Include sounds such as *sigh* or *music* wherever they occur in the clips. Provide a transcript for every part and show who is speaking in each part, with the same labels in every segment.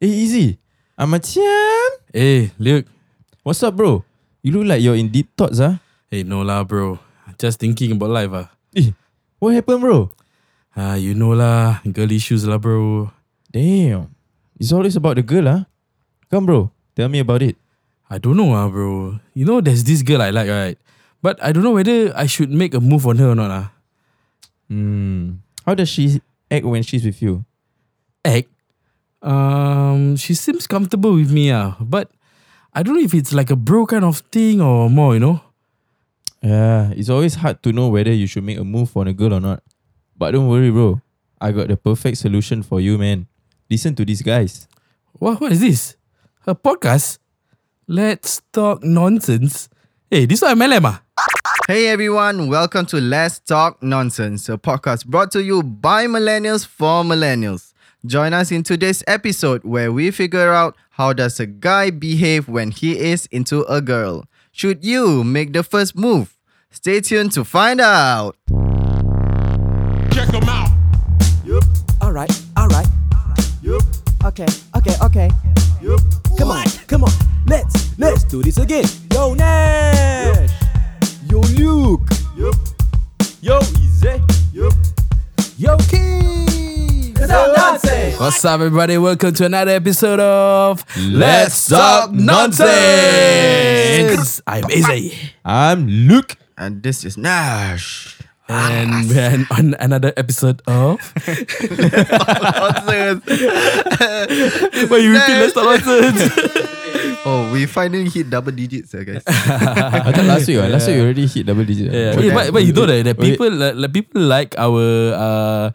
Speaker 1: Eh, easy. I macam,
Speaker 2: Hey, look.
Speaker 1: what's up bro? You look like you're in deep thoughts ah.
Speaker 2: Hey, no lah, bro. Just thinking about life ah.
Speaker 1: Eh, what happened bro?
Speaker 2: Ah, you know lah, girl issues lah, bro.
Speaker 1: Damn. It's always about the girl ah. Come bro, tell me about it.
Speaker 2: I don't know ah, bro. You know, there's this girl I like, right? But I don't know whether I should make a move on her or not ah.
Speaker 1: Hmm. How does she act when she's with you?
Speaker 2: Egg. Um, she seems comfortable with me ah, but I don't know if it's like a bro kind of thing or more, you know.
Speaker 1: Yeah, it's always hard to know whether you should make a move on a girl or not. But don't worry, bro. I got the perfect solution for you, man. Listen to these guys.
Speaker 2: What what is this? A podcast? Let's talk nonsense. Hey, this one MLM ah.
Speaker 3: Hey everyone, welcome to Let's Talk Nonsense, a podcast brought to you by millennials for millennials. Join us in today's episode where we figure out how does a guy behave when he is into a girl. Should you make the first move? Stay tuned to find out.
Speaker 4: All right, all right. Yep. Okay, okay, okay. Yep. Come on, come on. Let's let's do this again. Yo Nash. Yo Luke. Yep. Yo Izzy.
Speaker 2: Yo, Key! What's up, everybody? Welcome to another episode of
Speaker 1: Let's Talk Nonsense!
Speaker 2: I'm Izzy.
Speaker 1: I'm *laughs* Luke.
Speaker 3: And this is *laughs* Nash.
Speaker 2: And we're on- on another episode of.
Speaker 3: Nonsense.
Speaker 2: Wait, you repeat Let's Talk Nonsense?
Speaker 3: oh, we finally hit double digits, uh, guys.
Speaker 1: I thought last week, ah, last week you already hit double digit.
Speaker 2: yeah,
Speaker 1: What
Speaker 2: yeah,
Speaker 1: the-
Speaker 2: but, but you know that, that
Speaker 1: Wait.
Speaker 2: people, like, like, people like our uh,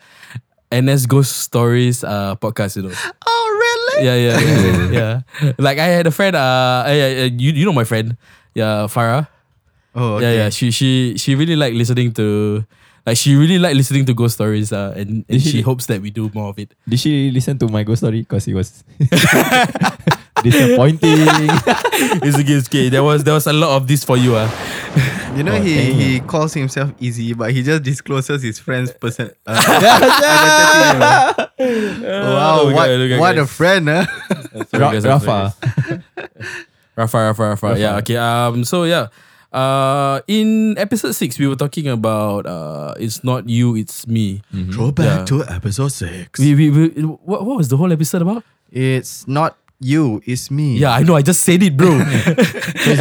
Speaker 2: NS Ghost Stories uh, podcast, you know.
Speaker 3: oh, really?
Speaker 2: Yeah, yeah, yeah. yeah. Like, I had a friend, uh, yeah, yeah, you, you know my friend, yeah, Farah.
Speaker 3: Oh, okay.
Speaker 2: Yeah, yeah. She she she really like listening to like she really like listening to ghost stories uh, and,
Speaker 1: Did
Speaker 2: and
Speaker 1: she-
Speaker 2: she hopes that we do more of it.
Speaker 1: Did she listen to my ghost story? Because it
Speaker 2: *laughs*
Speaker 1: was disappointing.
Speaker 2: it's okay, it's okay. There was there was a lot of this for you uh.
Speaker 3: You know
Speaker 1: Oh,
Speaker 3: he
Speaker 1: dang
Speaker 3: he calls himself easy, but he just discloses his friend's person.
Speaker 2: *laughs*
Speaker 3: Uh, identity, you know. wow,
Speaker 2: look at-
Speaker 3: what,
Speaker 2: look at
Speaker 3: what a
Speaker 2: guys.
Speaker 3: friend, huh?
Speaker 2: Mm-hmm.
Speaker 3: *laughs*
Speaker 1: Ra-
Speaker 2: guys, I'm sorry,
Speaker 1: Rafa.
Speaker 2: Rafa, Rafa, Rafa, Yeah, okay. Um so yeah. Uh in episode six we were talking about uh it's not you, it's me.
Speaker 1: Hmm.
Speaker 3: Go back
Speaker 2: Yeah.
Speaker 3: to episode six.
Speaker 2: We, we, we what, what was the whole episode about?
Speaker 3: It's not you, it's me.
Speaker 2: Yeah, I know, I just said it,
Speaker 1: *laughs*
Speaker 2: bro. As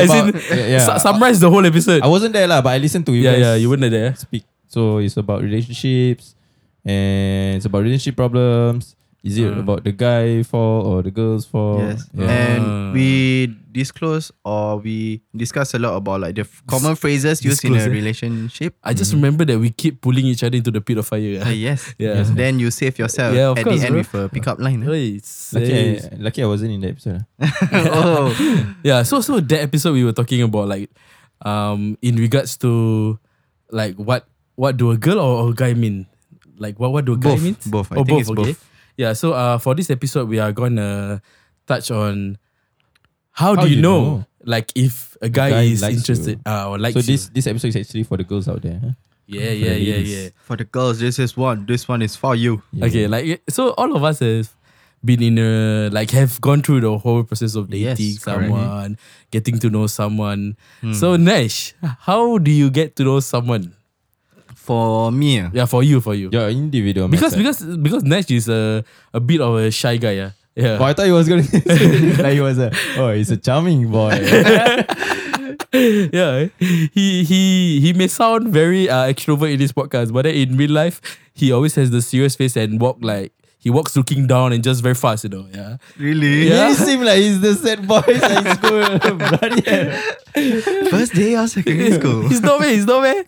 Speaker 1: about-
Speaker 2: in,
Speaker 1: yeah, yeah.
Speaker 2: su- summarize the whole episode.
Speaker 1: I wasn't there, lah, but I listened to you
Speaker 2: yeah,
Speaker 1: guys
Speaker 2: yeah, you weren't there.
Speaker 1: speak. So it's about relationships and it's about relationship problems. Is it
Speaker 2: Uh.
Speaker 1: about the guy fault or the girl's fault?
Speaker 3: Yes.
Speaker 2: Oh,
Speaker 1: Yeah.
Speaker 3: And we disclose or we discuss a lot about like the f- common phrases used in a
Speaker 2: disclose, eh?
Speaker 3: relationship.
Speaker 2: I
Speaker 1: Hmm.
Speaker 2: just remember that we keep pulling each other into the pit of fire.
Speaker 3: Uh,
Speaker 2: *laughs*
Speaker 3: yes.
Speaker 2: Yeah.
Speaker 3: Then you save yourself
Speaker 2: Yeah, of
Speaker 3: at
Speaker 2: course,
Speaker 3: the end
Speaker 2: bro.
Speaker 3: with a pickup line. huh?
Speaker 2: Oi,
Speaker 1: Lucky I,
Speaker 2: sis.
Speaker 1: lucky I wasn't in that episode. ah.
Speaker 3: *laughs* oh,
Speaker 2: yeah, so so that episode we were talking about like um in regards to like what what do a girl or, or a guy mean? Like what what do a guy
Speaker 3: Both,
Speaker 2: mean?
Speaker 3: both. I
Speaker 2: Oh,
Speaker 3: think it's both.
Speaker 2: Yeah, so uh for this episode we are gonna touch on how, do you, know, like if a guy,
Speaker 1: guy
Speaker 2: is
Speaker 1: likes
Speaker 2: interested
Speaker 1: you.
Speaker 2: uh, or likes
Speaker 1: So this
Speaker 2: you.
Speaker 1: this episode is actually for the girls out there. Huh?
Speaker 2: Yeah,
Speaker 1: for the
Speaker 2: yeah, yeah, *laughs* yeah.
Speaker 1: ladies.
Speaker 3: for the girls, this is one. This one is for you.
Speaker 1: Yeah.
Speaker 2: Okay, like so all of us have been in a like have gone through the whole process of
Speaker 3: Yes,
Speaker 2: dating
Speaker 3: correct.
Speaker 2: someone, getting to know someone. So Nash, how do you get to know someone?
Speaker 3: For me.
Speaker 2: Yeah, for you, for you.
Speaker 1: You're an individual. my
Speaker 2: because
Speaker 1: side.
Speaker 2: because because Nash is a a bit of a shy guy, yeah. Yeah.
Speaker 1: Oh, I thought he was gonna *laughs* say like he was a oh he's a charming boy.
Speaker 2: *laughs* yeah. He he he may sound very uh, extrovert in this podcast, but then in real life, he always has the serious face and walk like he walks looking down and just very fast, you know. Yeah. *laughs* *laughs*
Speaker 3: Really?
Speaker 2: Yeah.
Speaker 1: He seemed like he's the sad
Speaker 2: *laughs*
Speaker 1: boy in school. Bloody hell.
Speaker 3: First day of *laughs* secondary school.
Speaker 2: He's not man, he's not man.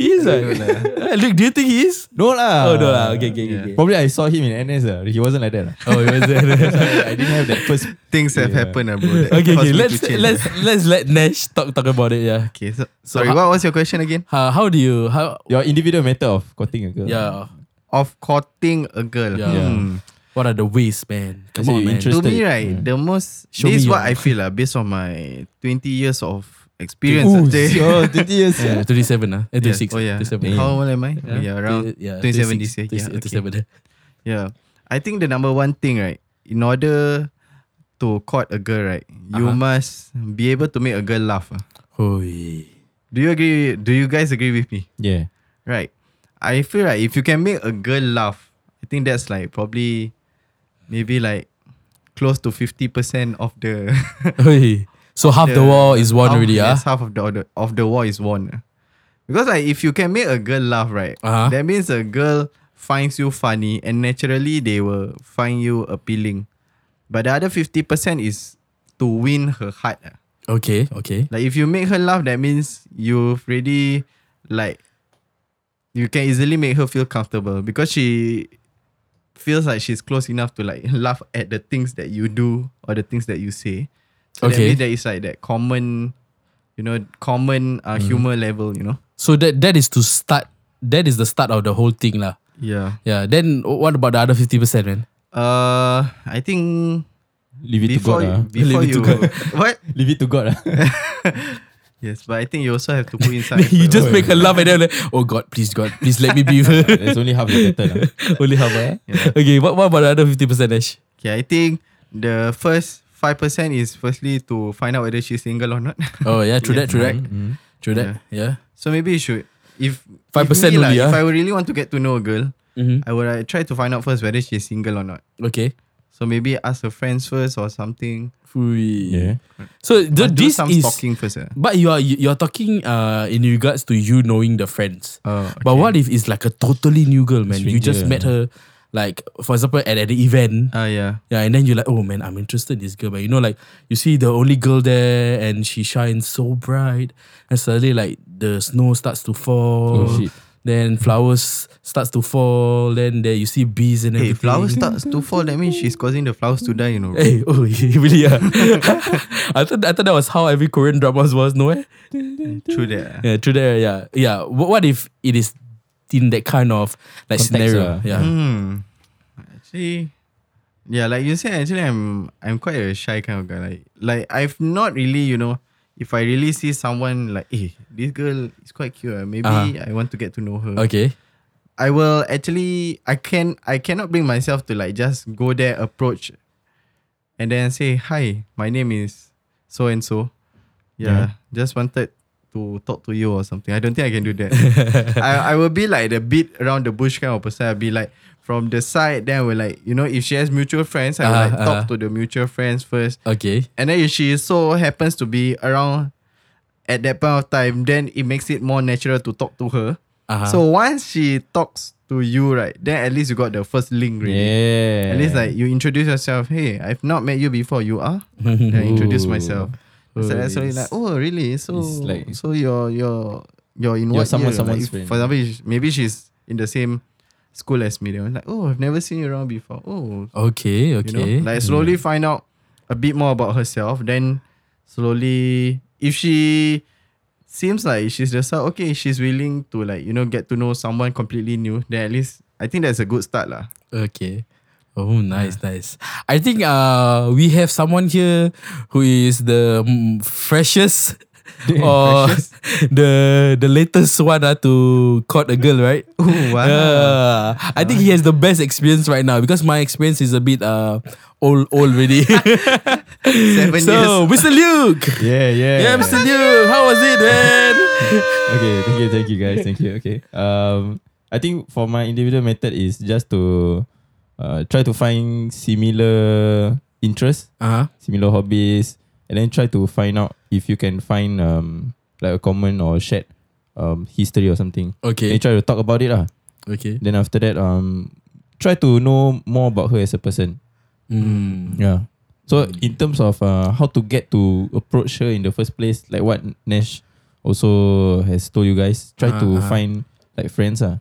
Speaker 2: He is like. eh, Look, do you think he is?
Speaker 1: No lah.
Speaker 2: Oh no lah. Okay, okay,
Speaker 3: Ah, Yeah.
Speaker 2: okay. okay.
Speaker 1: Probably I saw him in NS. ah. He wasn't like that. ah.
Speaker 2: Oh, he was there.
Speaker 1: *laughs* I didn't have that first.
Speaker 3: Things have
Speaker 1: Yeah.
Speaker 3: happened, uh, bro. that
Speaker 2: okay,
Speaker 3: caused
Speaker 2: okay.
Speaker 3: me to
Speaker 2: Let's
Speaker 3: change.
Speaker 2: let's let's let Nash talk talk about it. Yeah.
Speaker 3: Okay, so, sorry.
Speaker 2: how-
Speaker 3: what was your question again?
Speaker 2: How how do you how
Speaker 1: Your individual matter of courting a girl.
Speaker 2: yeah?
Speaker 3: Of courting a girl.
Speaker 2: Yeah.
Speaker 1: Yeah.
Speaker 3: Hmm.
Speaker 2: What are the ways, man? Come
Speaker 1: say
Speaker 2: on,
Speaker 1: you
Speaker 2: man.
Speaker 1: interest- Just
Speaker 3: To me,
Speaker 1: like-
Speaker 3: right,
Speaker 1: yeah.
Speaker 3: the most
Speaker 2: Show
Speaker 3: this is
Speaker 2: me
Speaker 3: what
Speaker 2: your-
Speaker 3: I feel uh, based on my twenty years of experience.
Speaker 1: Ooh,
Speaker 3: ah. They- *laughs*
Speaker 1: oh, 20 *laughs* years.
Speaker 2: Yeah, Twenty seven, uh, eh,
Speaker 3: Yeah.
Speaker 2: twenty six.
Speaker 3: Oh yeah.
Speaker 2: 27.
Speaker 3: How old am I? Yeah, around
Speaker 2: yeah,
Speaker 3: twenty seven
Speaker 2: 26,
Speaker 3: this year. Yeah, okay.
Speaker 2: 27.
Speaker 3: yeah. I think the number one thing, right, in order to court a girl, right, you must be able to make a girl laugh. ah.
Speaker 2: Oi.
Speaker 3: Do you agree? Do you guys agree with me?
Speaker 1: Yeah.
Speaker 3: Right. I feel like if you can make a girl laugh, I think that's like probably maybe like close to 50% of
Speaker 2: *laughs*
Speaker 3: the
Speaker 2: Oi. So half the
Speaker 3: Yeah.
Speaker 2: war is won already, ah.
Speaker 3: yes, half of the, of the of the war is won. Because like if you can make a girl laugh, right?
Speaker 2: Uh-huh.
Speaker 3: That means a girl finds you funny and naturally they will find you appealing. But the other 50% is to win her heart. ah.
Speaker 2: Okay, okay.
Speaker 3: Like if you make her laugh, that means you've really like you can easily make her feel comfortable because she feels like she's close enough to like *laughs* laugh at the things that you do or the things that you say. So that
Speaker 2: Okay.
Speaker 3: means that it's like that common, you know, common uh,
Speaker 2: Mm-hmm.
Speaker 3: humor level, you know.
Speaker 2: So that that is to start. That is the start of the whole thing, lah.
Speaker 3: Yeah.
Speaker 2: Yeah. Then what about the other fifty percent, man?
Speaker 3: Uh, I think
Speaker 1: Leave it to
Speaker 3: before
Speaker 1: God.
Speaker 2: *laughs*
Speaker 3: you,
Speaker 1: ah.
Speaker 3: before
Speaker 2: Leave it uh, to
Speaker 3: you
Speaker 2: God.
Speaker 3: *laughs* what?
Speaker 1: Leave it to God. ah.
Speaker 3: Yes, but I think you also have
Speaker 2: *laughs*
Speaker 3: to put inside.
Speaker 2: you just make her laugh and then like, oh God, please God, please let me be with her.
Speaker 1: There's only half the
Speaker 2: *laughs*
Speaker 1: battle. ah.
Speaker 2: Only half, eh? Okay. What, what about the other fifty percent, Ash?
Speaker 3: Okay, I think the first five percent is firstly to find out whether she's single or not. *laughs*
Speaker 2: Oh yeah, true that, true that,
Speaker 1: Mm.
Speaker 2: true that. Yeah.
Speaker 3: so maybe you should. If if
Speaker 2: 5%
Speaker 3: me lah,
Speaker 2: only,
Speaker 3: If
Speaker 2: ah.
Speaker 3: I really want to get to know a girl,
Speaker 2: Mhm.
Speaker 3: I would uh, try to find out first whether she's single or not.
Speaker 2: Okay.
Speaker 3: So maybe ask her friends first or something.
Speaker 2: Fui.
Speaker 1: Yeah.
Speaker 2: So the,
Speaker 3: But do
Speaker 2: this
Speaker 3: some
Speaker 2: is.
Speaker 3: stalking first. eh.
Speaker 2: But you are you- you're talking uh in regards to you knowing the friends.
Speaker 3: Oh,
Speaker 2: But
Speaker 3: okay.
Speaker 2: what if it's like a totally new girl, man? You just
Speaker 1: Stranger.
Speaker 2: met her, like for example at, at the event.
Speaker 3: Ah yeah.
Speaker 2: Yeah, and then you're like, oh man, I'm interested in this girl. But you know, like you see the only girl there and she shines so bright. And suddenly like the snow starts to fall.
Speaker 1: Oh, shit.
Speaker 2: Then flowers starts to fall. Then there you see bees and everything.
Speaker 3: Hey, if flower starts to fall, that means she's causing the flowers to die. You know.
Speaker 2: Hey, *laughs* oh yeah, really yeah. I thought I thought that was how every Korean dramas was, no eh?
Speaker 3: True that. eh.
Speaker 2: Yeah, true there, yeah. Yeah. What, what if it is in that kind of like
Speaker 1: Context,
Speaker 2: scenario?
Speaker 1: ah.
Speaker 2: Yeah.
Speaker 3: Hmm. Actually, yeah, like you said, actually, I'm I'm quite a shy kind of guy. Like, like I've not really, you know, if I really see someone like, hey, this girl is quite cute. ah, Maybe
Speaker 2: Uh-huh.
Speaker 3: I want to get to know her.
Speaker 2: Okay.
Speaker 3: I will actually, I can, I cannot bring myself to like just go there, approach, and then say, hi, my name is so and so.
Speaker 1: Yeah.
Speaker 3: Yeah, just wanted to talk to you or something. I don't think I can do that. I, I will be like the beat around the bush kind of person. I'll be like from the side, then we're like, you know, if she has mutual friends, I will
Speaker 2: Uh-huh,
Speaker 3: like
Speaker 2: uh-huh.
Speaker 3: talk to the mutual friends first.
Speaker 2: Okay.
Speaker 3: And then if she so happens to be around at that point of time, then it makes it more natural to talk to her.
Speaker 2: Uh-huh.
Speaker 3: So once she talks to you, right, then at least you got the first link, really.
Speaker 1: Yeah.
Speaker 3: At least like you introduce yourself. Hey, I've not met you before. You are.
Speaker 1: *laughs*
Speaker 2: Uh-huh.
Speaker 3: Then I introduce
Speaker 1: Ooh.
Speaker 3: myself.
Speaker 2: Ooh,
Speaker 3: So that's really
Speaker 2: it's-
Speaker 3: like, oh, really? So,
Speaker 1: it's like-
Speaker 3: so you're you're you're in
Speaker 1: You're
Speaker 3: what
Speaker 1: someone-
Speaker 3: year? Like,
Speaker 1: someone's friend.
Speaker 3: if- For example, if- maybe she's in the same school as me. Then I'm like, oh, I've never seen you around before. Oh,
Speaker 2: *laughs* Okay,
Speaker 3: you
Speaker 2: okay.
Speaker 3: know, like slowly find out a bit more about herself. Then slowly, if she seems like she's just like, okay, she's willing to like you know get to know someone completely new. Then at least I think that's a good start
Speaker 2: *laughs*
Speaker 3: lah.
Speaker 2: Okay. Oh, nice, nice. I think uh we have someone here who is the
Speaker 1: *laughs*
Speaker 2: mm, freshest or *laughs* the the latest one uh, to caught a
Speaker 1: *laughs*
Speaker 2: girl, right?
Speaker 3: Oh
Speaker 2: Yeah. I think he has the best experience right now because my experience is a bit uh old old already.
Speaker 1: *laughs*
Speaker 3: seven
Speaker 2: so, *laughs*
Speaker 3: years.
Speaker 2: Mr. Luke.
Speaker 1: Yeah, yeah.
Speaker 2: Yeah, Mr. Luke, how was it,
Speaker 1: *laughs*
Speaker 2: man?
Speaker 1: okay, thank you, thank you guys, thank you. Okay. Um, I think for my individual method is just to uh, try to find similar interests,
Speaker 2: Uh-huh.
Speaker 1: similar hobbies, and then try to find out if you can find um like a common or shared um history or something.
Speaker 2: Okay.
Speaker 1: Then try to talk about it lah.
Speaker 2: Okay.
Speaker 1: Then after that, um, try to know more about her as a person.
Speaker 2: Mm.
Speaker 1: Yeah. So in terms of uh, how to get to approach her in the first place, like what Nash also has told you guys, try to
Speaker 2: Ah, ah.
Speaker 1: find like friends ah.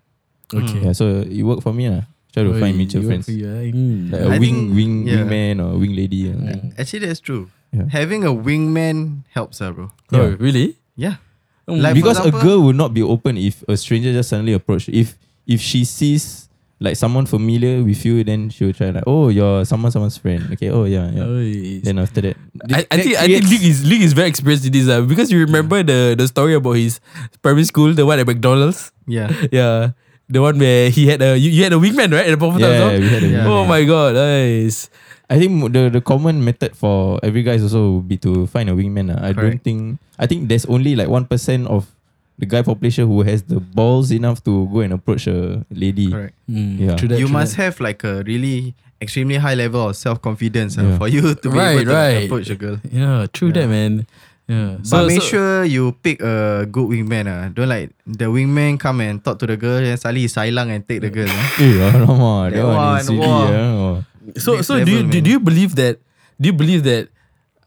Speaker 2: Okay.
Speaker 1: Yeah, so it worked for me ah. Try to find
Speaker 2: Oi,
Speaker 1: mutual
Speaker 2: you
Speaker 1: friends,
Speaker 2: work for you, eh? Mm.
Speaker 1: like a
Speaker 3: I
Speaker 1: wing
Speaker 3: think-
Speaker 1: wing
Speaker 3: yeah.
Speaker 1: wingman or wing lady. ah.
Speaker 3: Actually, that's true.
Speaker 1: Yeah.
Speaker 3: Having a wingman helps her,
Speaker 2: Oh,
Speaker 3: bro.
Speaker 1: Yeah.
Speaker 2: really?
Speaker 3: Yeah.
Speaker 2: Mm.
Speaker 3: Like-
Speaker 1: Because a
Speaker 3: example-
Speaker 1: girl would not be open if a stranger just suddenly approached. If if she sees like someone familiar with you, then she will try like, oh, you're someone someone's friend. Okay, oh yeah, yeah.
Speaker 2: Oi.
Speaker 1: Then after that,
Speaker 2: I, I think I think Luke is Luke is very experienced in this uh, because you remember the the story about his primary school, the one at McDonald's.
Speaker 3: Yeah.
Speaker 2: Yeah. The one where he had a you, you had a wingman, right? At the point of time,
Speaker 1: yeah,
Speaker 2: so?
Speaker 1: we had a wingman.
Speaker 3: Yeah.
Speaker 2: Oh my god, nice.
Speaker 1: I think mo- the the common method for every guy also would be to find a wingman. lah. I don't
Speaker 3: Correct.
Speaker 1: think I think there's only like one percent of the guy population who has the balls enough to go and approach a lady.
Speaker 3: Correct.
Speaker 2: Mm,
Speaker 1: Yeah.
Speaker 2: true that,
Speaker 3: you
Speaker 2: true
Speaker 3: must
Speaker 2: that.
Speaker 3: have like a really extremely high level of self confidence
Speaker 1: Yeah.
Speaker 3: for you to be
Speaker 2: Right,
Speaker 3: able to
Speaker 2: right.
Speaker 3: approach a girl.
Speaker 2: Yeah, true that, man. Yeah.
Speaker 3: but make sure you pick a good wingman. Ah, Don't like the wingman come and talk to the girl and suddenly he silang and take the girl.
Speaker 1: *laughs*
Speaker 3: ah.
Speaker 1: Eh, alamak,
Speaker 3: That
Speaker 1: that one is
Speaker 3: one,
Speaker 1: really,
Speaker 3: wah.
Speaker 1: ah.
Speaker 2: So
Speaker 3: Next
Speaker 2: so do you
Speaker 3: level,
Speaker 2: do,
Speaker 3: man.
Speaker 2: do you believe that do you believe that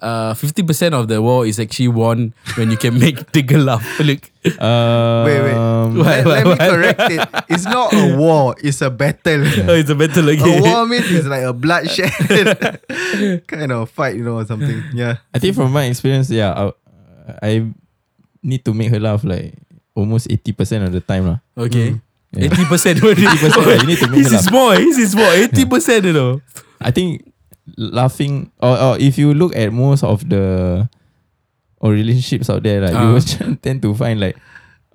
Speaker 2: uh fifty percent of the war is actually won when you can make *laughs* the girl laugh? Look.
Speaker 3: Wait, wait.
Speaker 1: Um,
Speaker 3: Let,
Speaker 2: What,
Speaker 3: let
Speaker 2: what,
Speaker 3: me *laughs*
Speaker 2: what?
Speaker 3: correct it. It's not a war, it's a
Speaker 1: *laughs*
Speaker 3: battle.
Speaker 2: Oh, it's a battle
Speaker 3: A
Speaker 2: again.
Speaker 3: war means it's like a bloodshed *laughs* kind of fight, you know, or something. Yeah.
Speaker 1: I think from my experience, yeah, I, I need to make her laugh like almost 80% of the time. lah.
Speaker 3: Hmm.
Speaker 2: Okay.
Speaker 1: Yeah.
Speaker 2: Eighty *laughs* percent only.
Speaker 1: 80%, you need to make
Speaker 2: This
Speaker 1: her
Speaker 2: is more. This is more. Eighty percent, you know.
Speaker 1: I think laughing, or, or if you look at most of the or relationships out there, like you
Speaker 2: Ah.
Speaker 1: will *laughs* tend to find like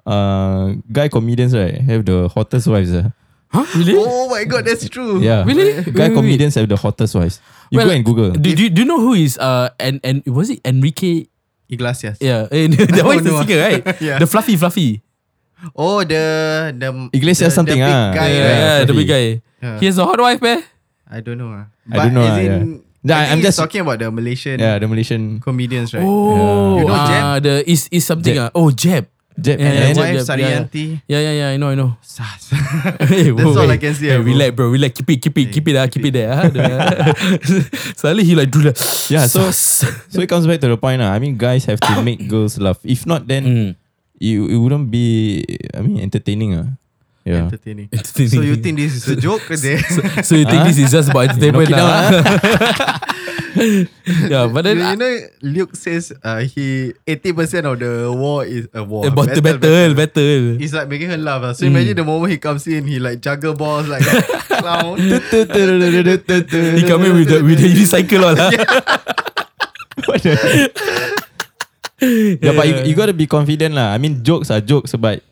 Speaker 1: uh, guy comedians, right, have the hottest wives. ah.
Speaker 2: Huh? Really?
Speaker 3: Oh my god, that's true.
Speaker 1: Yeah.
Speaker 2: Really?
Speaker 1: Guy
Speaker 2: Wait, wait,
Speaker 1: comedians have the hottest wives. You
Speaker 2: Well,
Speaker 1: go and Google.
Speaker 2: Do, do, do you know who is uh and and was it Enrique?
Speaker 3: Iglesias.
Speaker 2: Yeah, *laughs* eh, that one is the
Speaker 3: no.
Speaker 2: singer, right?
Speaker 3: *laughs* Yeah.
Speaker 2: The fluffy, fluffy.
Speaker 3: Oh, the the
Speaker 1: Iglesias
Speaker 3: the,
Speaker 1: something,
Speaker 3: the big
Speaker 1: ah.
Speaker 3: guy,
Speaker 2: yeah,
Speaker 3: right?
Speaker 2: yeah, the
Speaker 1: fluffy.
Speaker 2: big guy.
Speaker 3: Yeah.
Speaker 2: He has a hot wife, eh?
Speaker 3: I don't know. ah.
Speaker 1: I don't know,
Speaker 3: as
Speaker 1: ah,
Speaker 3: in,
Speaker 1: yeah. Yeah,
Speaker 3: I
Speaker 1: I'm
Speaker 3: think he's
Speaker 1: just-
Speaker 3: talking about the Malaysian
Speaker 1: yeah, the Malaysian
Speaker 3: comedians, right?
Speaker 2: Oh,
Speaker 3: You know
Speaker 2: ah,
Speaker 3: Jeb?
Speaker 2: the is is something.
Speaker 1: Jeb.
Speaker 2: ah. oh, Jeb.
Speaker 1: Jeb
Speaker 2: Yeah,
Speaker 1: and
Speaker 3: And
Speaker 2: yeah,
Speaker 3: wife
Speaker 2: yeah, yeah.
Speaker 3: Sarianti.
Speaker 2: Yeah, yeah, yeah. I know, I know. *laughs*
Speaker 3: Sas. *laughs*
Speaker 2: Hey,
Speaker 3: That's
Speaker 2: whoa,
Speaker 3: all I
Speaker 2: hey.
Speaker 3: can see,
Speaker 2: Hey,
Speaker 3: ah, bro.
Speaker 2: relax, bro. Relax. Keep it, keep it, keep it. Ah, keep it there. ah. *laughs* Suddenly he like do that.
Speaker 1: Yeah, so-
Speaker 2: Sus.
Speaker 1: So it comes back to the point. lah. I mean, guys have to make girls laugh. If not, then
Speaker 2: *coughs* Mm.
Speaker 1: you it wouldn't be. I mean, entertaining. Uh. Yeah.
Speaker 3: Entertaining. So you think this is a joke?
Speaker 2: *laughs*
Speaker 3: there?
Speaker 2: So you think
Speaker 1: Huh?
Speaker 2: this is just about entertainment?
Speaker 1: knock it
Speaker 2: lah? *laughs* yeah, but then eh,
Speaker 3: you know, Luke says uh, he eighty percent of the war is a war.
Speaker 2: about the battle, Hmm. battle.
Speaker 3: He's like making her laugh. ah. So imagine the moment he comes in, he like juggle balls like clown.
Speaker 2: *laughs*
Speaker 3: *laughs*
Speaker 2: He come in with the with the unicycle
Speaker 1: *laughs*
Speaker 2: all. ah.
Speaker 1: yeah, but you, you gotta be confident lah. I mean, jokes are jokes, but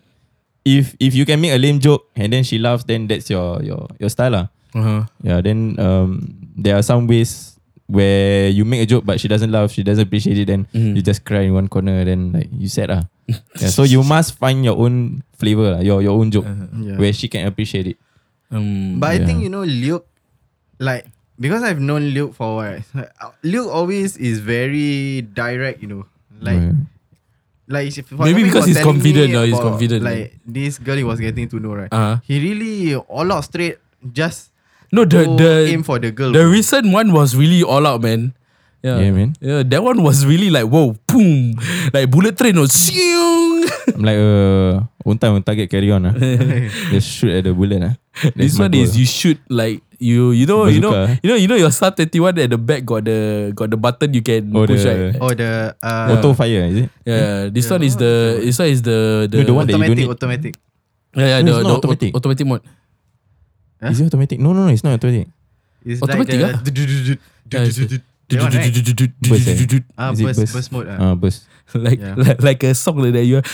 Speaker 1: if if you can make a lame joke and then she laughs, then that's your your your style lah.
Speaker 2: Uh-huh.
Speaker 1: Yeah. Then um, there are some ways where you make a joke but she doesn't laugh, she doesn't appreciate it, then
Speaker 2: Mm.
Speaker 1: you just cry in one corner, then like you sad lah. yeah, so you must find your own flavor lah, your your own joke
Speaker 3: Yeah.
Speaker 1: where she can appreciate it.
Speaker 2: Um,
Speaker 3: But I
Speaker 1: Yeah.
Speaker 3: think you know Luke, like because I've known Luke for a while. like, uh, Luke always is very direct. You know, like
Speaker 1: Right.
Speaker 3: like if- for
Speaker 2: Maybe
Speaker 3: example, he
Speaker 2: because
Speaker 3: was
Speaker 2: he's
Speaker 3: telling
Speaker 2: confident
Speaker 3: me
Speaker 2: lah, he's
Speaker 3: about,
Speaker 2: confident.
Speaker 3: Like this girl, he was getting to know right.
Speaker 2: Uh-huh.
Speaker 3: He really all out straight. Just
Speaker 2: no, the
Speaker 3: go
Speaker 2: the
Speaker 3: Oh, aim for the girl.
Speaker 2: the recent one was really all out, man. Yeah.
Speaker 1: Yeah, man.
Speaker 2: Yeah, that one was really like whoa, boom, like bullet train oh, was. Shing.
Speaker 1: I'm like uh unta unta get carry on ah. Just shoot at the bullet ah. That's
Speaker 2: this
Speaker 1: my
Speaker 2: one
Speaker 1: goal.
Speaker 2: is you shoot like you you know you know
Speaker 1: Bazooka, eh?
Speaker 2: you know you know your sub thirty one at the back got the got the button you can
Speaker 1: Oh,
Speaker 2: push
Speaker 1: the-
Speaker 2: right.
Speaker 3: or the uh,
Speaker 1: auto fire is it?
Speaker 2: Yeah, this one is the this one is the the,
Speaker 1: No, Hmm? the one that- you don't
Speaker 3: automatic.
Speaker 1: need-
Speaker 3: Automatic.
Speaker 2: yeah, yeah,
Speaker 1: No,
Speaker 2: the,
Speaker 1: it's
Speaker 2: the
Speaker 1: not
Speaker 2: aut-
Speaker 1: automatic.
Speaker 2: automatic mode.
Speaker 3: Huh?
Speaker 1: Is it automatic? No no no, it's not automatic.
Speaker 3: It's
Speaker 2: Automatic, ah?
Speaker 3: like the,
Speaker 2: Yeah, it's the-
Speaker 3: That one, right?
Speaker 1: Burst, eh?
Speaker 3: Ah,
Speaker 1: Is it
Speaker 3: burst,
Speaker 1: burst?
Speaker 3: burst, mode.
Speaker 2: Uh,
Speaker 3: ah.
Speaker 1: Ah burst. *laughs*
Speaker 2: *laughs* like,
Speaker 3: Yeah.
Speaker 2: like like a song like that you are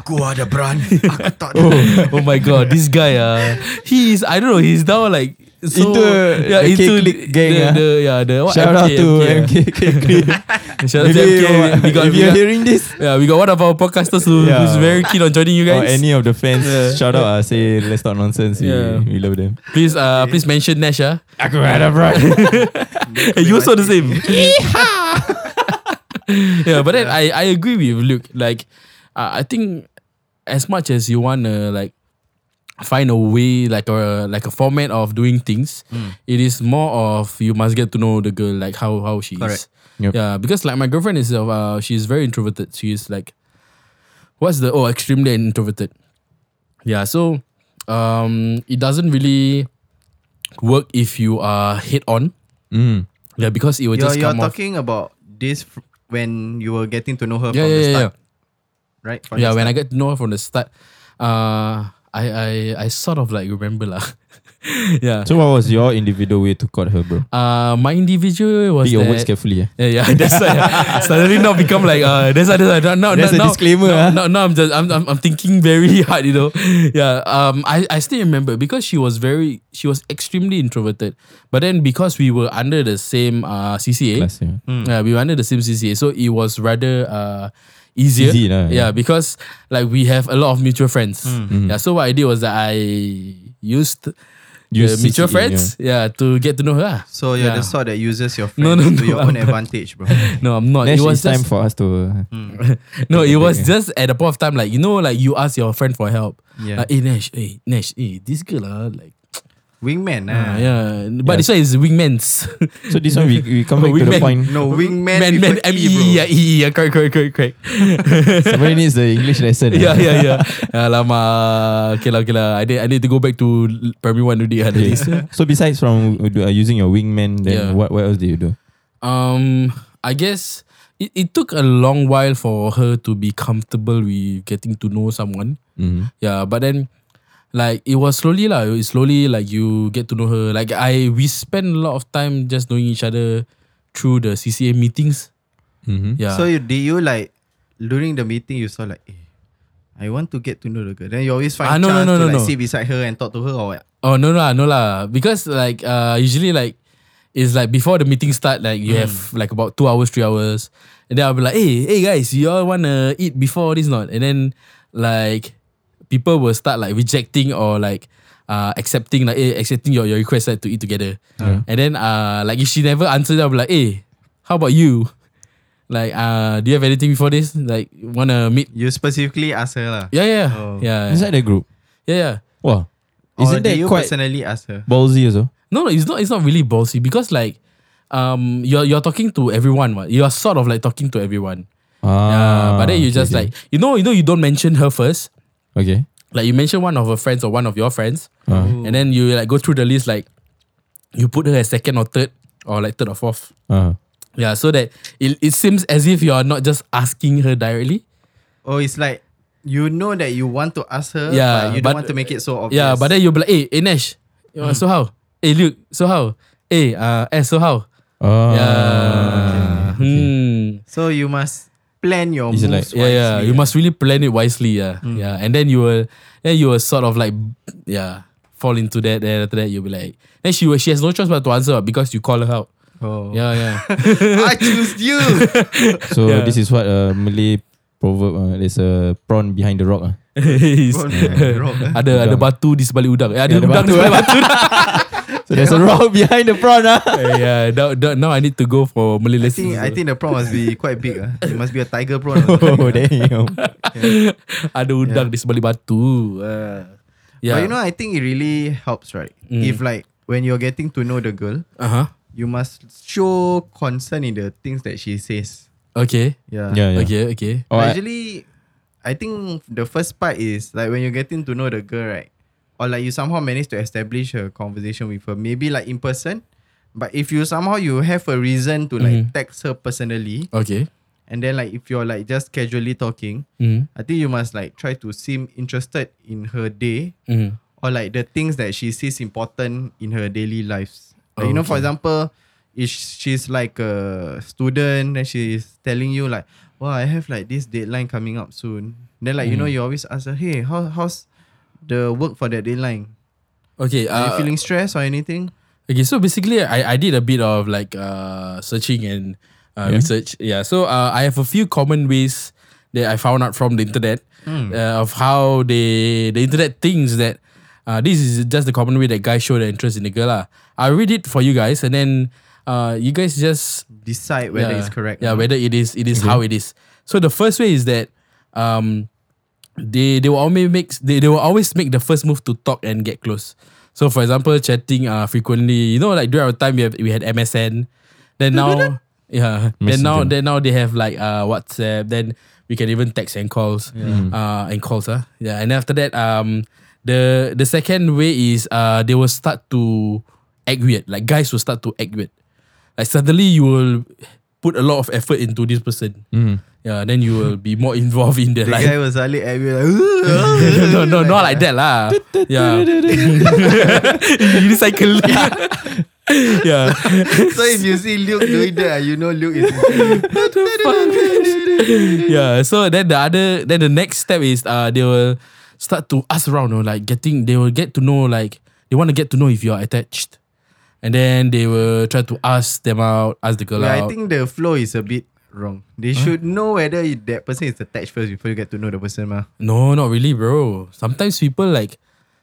Speaker 3: Aku ada brand. Aku tak ada.
Speaker 2: *laughs* *laughs* oh, oh my god this guy uh, he is I don't know he's now like so,
Speaker 1: Into the K-Click gang,
Speaker 2: the,
Speaker 1: ah.
Speaker 2: the, yeah the *laughs* what,
Speaker 1: Shout out
Speaker 2: MK,
Speaker 1: to
Speaker 2: ah.
Speaker 1: MKK.
Speaker 2: *laughs* shout
Speaker 1: If
Speaker 2: out to MK we got,
Speaker 1: you- if
Speaker 2: we
Speaker 1: you're
Speaker 2: got,
Speaker 1: hearing this
Speaker 2: yeah we got one of our podcasters who,
Speaker 1: Yeah.
Speaker 2: who's very keen on joining you
Speaker 1: or
Speaker 2: guys
Speaker 1: any of the fans,
Speaker 2: Yeah.
Speaker 1: shout out ah say let's talk nonsense. We-
Speaker 2: Yeah.
Speaker 1: We love them.
Speaker 2: please uh please mention Nash ah
Speaker 1: Aku ada right.
Speaker 2: *laughs* hey, you also the same. *laughs* yeah, but then I, I agree with Luke. Like, uh, I think as much as you wanna like find a way, like a like a format of doing things, it is more of you must get to know the girl, like how how she
Speaker 3: Correct.
Speaker 2: is.
Speaker 1: Yep.
Speaker 2: Yeah, because like my girlfriend is uh she's very introverted. She is like, what's the oh extremely introverted. Yeah, so um it doesn't really work if you are hit on.
Speaker 1: *laughs* Mm.
Speaker 2: Yeah, because it will
Speaker 3: You're,
Speaker 2: just
Speaker 3: you're
Speaker 2: come off.
Speaker 3: talking about this fr- when you were getting to know her
Speaker 2: Yeah,
Speaker 3: from
Speaker 2: yeah,
Speaker 3: the
Speaker 2: yeah, yeah.
Speaker 3: start, right? From
Speaker 2: Yeah,
Speaker 3: the
Speaker 2: when I
Speaker 3: start.
Speaker 2: get to know her from the start, uh, I, I, I sort of like remember lah. *laughs* yeah.
Speaker 1: So what was your individual way to court her, bro?
Speaker 2: Uh, my individual was
Speaker 1: Pick your words
Speaker 2: that.
Speaker 1: carefully. eh.
Speaker 2: Yeah, *laughs* yeah, that's why. Suddenly now become like uh, that's why. That's why. Now, now,
Speaker 1: That's a
Speaker 2: now,
Speaker 1: disclaimer,
Speaker 2: Now,
Speaker 1: ah.
Speaker 2: now, now I'm just I'm, I'm I'm thinking very *laughs* hard, you know. Yeah. Um, I I still remember because she was very she was extremely introverted, but then because we were under the same uh CCA,
Speaker 1: Class, yeah.
Speaker 2: yeah, we were under the same CCA, so it was rather uh easier.
Speaker 1: Easy lah,
Speaker 2: yeah,
Speaker 1: yeah.
Speaker 2: because like we have a lot of mutual friends. Yeah, so what I did was that I used.
Speaker 1: Use
Speaker 2: the mutual
Speaker 1: CCA,
Speaker 2: friends, yeah. to get to know her. ah.
Speaker 3: So you're
Speaker 2: Yeah.
Speaker 3: the sort that uses your
Speaker 2: No, no,
Speaker 3: friends to
Speaker 2: no,
Speaker 3: your
Speaker 2: I'm
Speaker 3: own
Speaker 2: not.
Speaker 3: advantage,
Speaker 2: *laughs*
Speaker 3: bro.
Speaker 2: No, I'm not.
Speaker 1: Nesh,
Speaker 2: it
Speaker 1: it's
Speaker 2: was
Speaker 1: time
Speaker 2: just- Mm.
Speaker 1: for us to. uh,
Speaker 2: No, it
Speaker 1: Okay,
Speaker 2: was
Speaker 1: okay.
Speaker 2: just at the point of time, like you know, like you ask your friend for help.
Speaker 3: Yeah.
Speaker 2: Like, hey Nash, hey Nash, hey this girl, ah, like
Speaker 3: Wingman,
Speaker 2: ah,
Speaker 3: ah.
Speaker 2: yeah. But this one is wingmans.
Speaker 1: So this one we, we
Speaker 2: *laughs*
Speaker 1: come
Speaker 2: Oh,
Speaker 1: back to
Speaker 2: wingman.
Speaker 1: the point.
Speaker 3: No, wingman.
Speaker 2: *laughs* Man, man,
Speaker 3: with a
Speaker 2: M
Speaker 3: E, bro.
Speaker 2: E, yeah, E, yeah, correct, correct, correct, correct.
Speaker 1: Somebody needs the English lesson. eh.
Speaker 2: yeah, yeah, yeah. Alamak. Okay lah, okay lah. I need, I need to go back to l- primary one today. At
Speaker 1: Okay.
Speaker 2: least.
Speaker 1: *laughs* so besides from uh, using your wingman, then
Speaker 2: Yeah.
Speaker 1: what, what else do you do?
Speaker 2: Um, I guess it, it took a long while for her to be comfortable with getting to know someone.
Speaker 1: Mhm.
Speaker 2: Yeah, but then like it was slowly lah. It's slowly like you get to know her. Like I we spent a lot of time just knowing each other through the CCA meetings.
Speaker 1: Mhm.
Speaker 2: Yeah.
Speaker 3: So you, did you like during the meeting you saw like, eh, I want to get to know the girl. Then you always find
Speaker 2: Ah, no,
Speaker 3: chance
Speaker 2: no, no,
Speaker 3: to
Speaker 2: no, no.
Speaker 3: like sit beside her and talk to her or what?
Speaker 2: oh no lah, no lah. Because like uh usually like it's like before the meeting start, like you have like about two hours, three hours. And then I'll be like, hey, hey guys, you all wanna eat before this not? And then like people will start like rejecting or like uh accepting like eh, accepting your, your request like, to eat together. And then uh like if she never answered, I'll be like, hey, how about you? Like uh do you have anything before this? Like wanna meet?
Speaker 3: You specifically ask her lah.
Speaker 2: Yeah, yeah.
Speaker 3: Oh.
Speaker 2: Yeah.
Speaker 1: Inside the group.
Speaker 2: Yeah, yeah.
Speaker 1: Wow.
Speaker 3: or
Speaker 1: Isn't
Speaker 3: did
Speaker 1: that
Speaker 3: Oh, you
Speaker 1: quite
Speaker 3: personally ask her?
Speaker 1: ballsy also?
Speaker 2: No, no, it's not. It's not really ballsy because like, um, you're you're talking to everyone. What you're sort of like talking to everyone.
Speaker 1: Ah,
Speaker 2: yeah, but then you just like you know you know you don't mention her first.
Speaker 1: Okay.
Speaker 2: Like you mention one of her friends or one of your friends,
Speaker 1: Uh,
Speaker 2: and then you like go through the list. Like you put her as second or third or like third or fourth.
Speaker 1: uh.
Speaker 2: Yeah, so that it, it seems as if you are not just asking her directly.
Speaker 3: Oh, it's like you know that you want to ask her,
Speaker 2: Yeah,
Speaker 3: but you
Speaker 2: but-
Speaker 3: don't want to make it so obvious.
Speaker 2: Yeah, but then you'll be like, hey, hey Nash, you
Speaker 1: Hmm.
Speaker 2: know, so how? Hey Luke, so how? Hey, uh, eh, so how?
Speaker 1: Ah,
Speaker 2: yeah. Hmm.
Speaker 3: so you must plan your
Speaker 1: Is it like-
Speaker 3: moves.
Speaker 2: yeah, yeah.
Speaker 3: wisely,
Speaker 2: You
Speaker 3: ah.
Speaker 2: must really plan it wisely, yeah,
Speaker 3: Hmm.
Speaker 2: yeah. And then you will, then you will sort of like, yeah, fall into that. Then after that, you'll be like, then she will, she has no choice but to answer what, because you call her out.
Speaker 3: Oh.
Speaker 2: Yeah, *laughs*
Speaker 3: *laughs*
Speaker 2: yeah,
Speaker 3: I
Speaker 2: *laughs*
Speaker 3: choose you.
Speaker 1: So
Speaker 2: Yeah.
Speaker 1: this is what a Malay proverb. Uh, there's a prawn behind the rock. ah.
Speaker 2: It's- *laughs*
Speaker 3: Bro, no, bro.
Speaker 2: ada ada
Speaker 1: Udang.
Speaker 2: batu di sebalik udang. Eh, ada
Speaker 1: Yeah, ada
Speaker 2: udang
Speaker 1: batu,
Speaker 2: di sebalik
Speaker 1: eh.
Speaker 3: *laughs*
Speaker 2: batu.
Speaker 1: So there's a
Speaker 2: Oh,
Speaker 1: rock behind the prawn. ah.
Speaker 2: *laughs* Eh, yeah, now, now- now I need to go for Malay
Speaker 3: I
Speaker 2: lessons.
Speaker 3: think I think the prawn must
Speaker 2: *laughs*
Speaker 3: be quite big. ah. It must be a tiger prawn. or
Speaker 1: *laughs*
Speaker 3: something.
Speaker 1: Oh damn.
Speaker 2: ada udang di sebalik batu. Ah. yeah. Mm.
Speaker 3: But you know, I think it really helps, right? If like when you're getting to know the girl,
Speaker 2: uh-huh.
Speaker 3: you must show concern in the things that she says.
Speaker 2: Okay.
Speaker 3: Yeah.
Speaker 1: Yeah, yeah.
Speaker 2: Okay, okay.
Speaker 1: Oh, I-
Speaker 3: Actually, I think the first part is like when you're getting to know the girl, right? Or like you somehow manage to establish a conversation with her, maybe like in person. But if you somehow you have a reason to like
Speaker 1: Mm-hmm.
Speaker 3: text her personally,
Speaker 2: Okay.
Speaker 3: and then like if you're like just casually talking,
Speaker 2: Mm.
Speaker 3: I think you must like try to seem interested in her day
Speaker 2: Mm.
Speaker 3: or like the things that she sees important in her daily lives. Like, you know, for
Speaker 2: Okay.
Speaker 3: example, if she's like a student and she's telling you like, "Wow, I have like this deadline coming up soon." Then like you
Speaker 2: Mm.
Speaker 3: know, you always ask her, "Hey, how how's the work for that deadline?
Speaker 2: Okay.
Speaker 3: Are
Speaker 2: uh,
Speaker 3: you feeling stressed or anything?"
Speaker 2: Okay, so basically, I, I did a bit of like uh, searching and uh, research. Yeah, so uh, I have a few common ways that I found out from the internet
Speaker 3: Hmm.
Speaker 2: uh, of how they the internet thinks that uh, this is just the common way that guys show their interest in the girl. lah. I read it for you guys, and then uh, you guys just
Speaker 3: Decide whether
Speaker 2: yeah,
Speaker 3: it's correct.
Speaker 2: Yeah, whether it is, it is how it is. So the first way is that um, they they will always make they, they will always make the first move to talk and get close. So for example, chatting uh frequently, you know, like during our time we have we had MSN. Then now yeah. Then
Speaker 1: Messenger.
Speaker 2: now then now they have like uh WhatsApp, then we can even text and calls. Uh and calls, huh? Yeah. And after that, um the the second way is uh they will start to act weird. Like guys will
Speaker 1: Mm-hmm.
Speaker 2: start to act weird. Like suddenly you will put a lot of effort into this person. Yeah, then you will be more *laughs* involved in their
Speaker 3: The
Speaker 2: life.
Speaker 3: guy was suddenly at me
Speaker 2: *laughs*
Speaker 3: like,
Speaker 2: no, *laughs* no, not like that
Speaker 1: *laughs*
Speaker 2: lah. Yeah, *laughs* you recycle. *laughs*
Speaker 1: *laughs*
Speaker 2: yeah.
Speaker 3: *laughs* So if you see Luke doing that, you know
Speaker 2: *laughs*
Speaker 3: Luke is.
Speaker 2: yeah. So then the other then the next step is uh they will start to ask around, you know, like getting they will get to know like they want to get to know if you are attached. And then they will try to ask them out, ask the girl
Speaker 3: Yeah, I
Speaker 2: out.
Speaker 3: think the flow is a bit wrong. They should know whether you- that person is attached first before you get to know the person, mah.
Speaker 2: no, not really, bro. Sometimes people like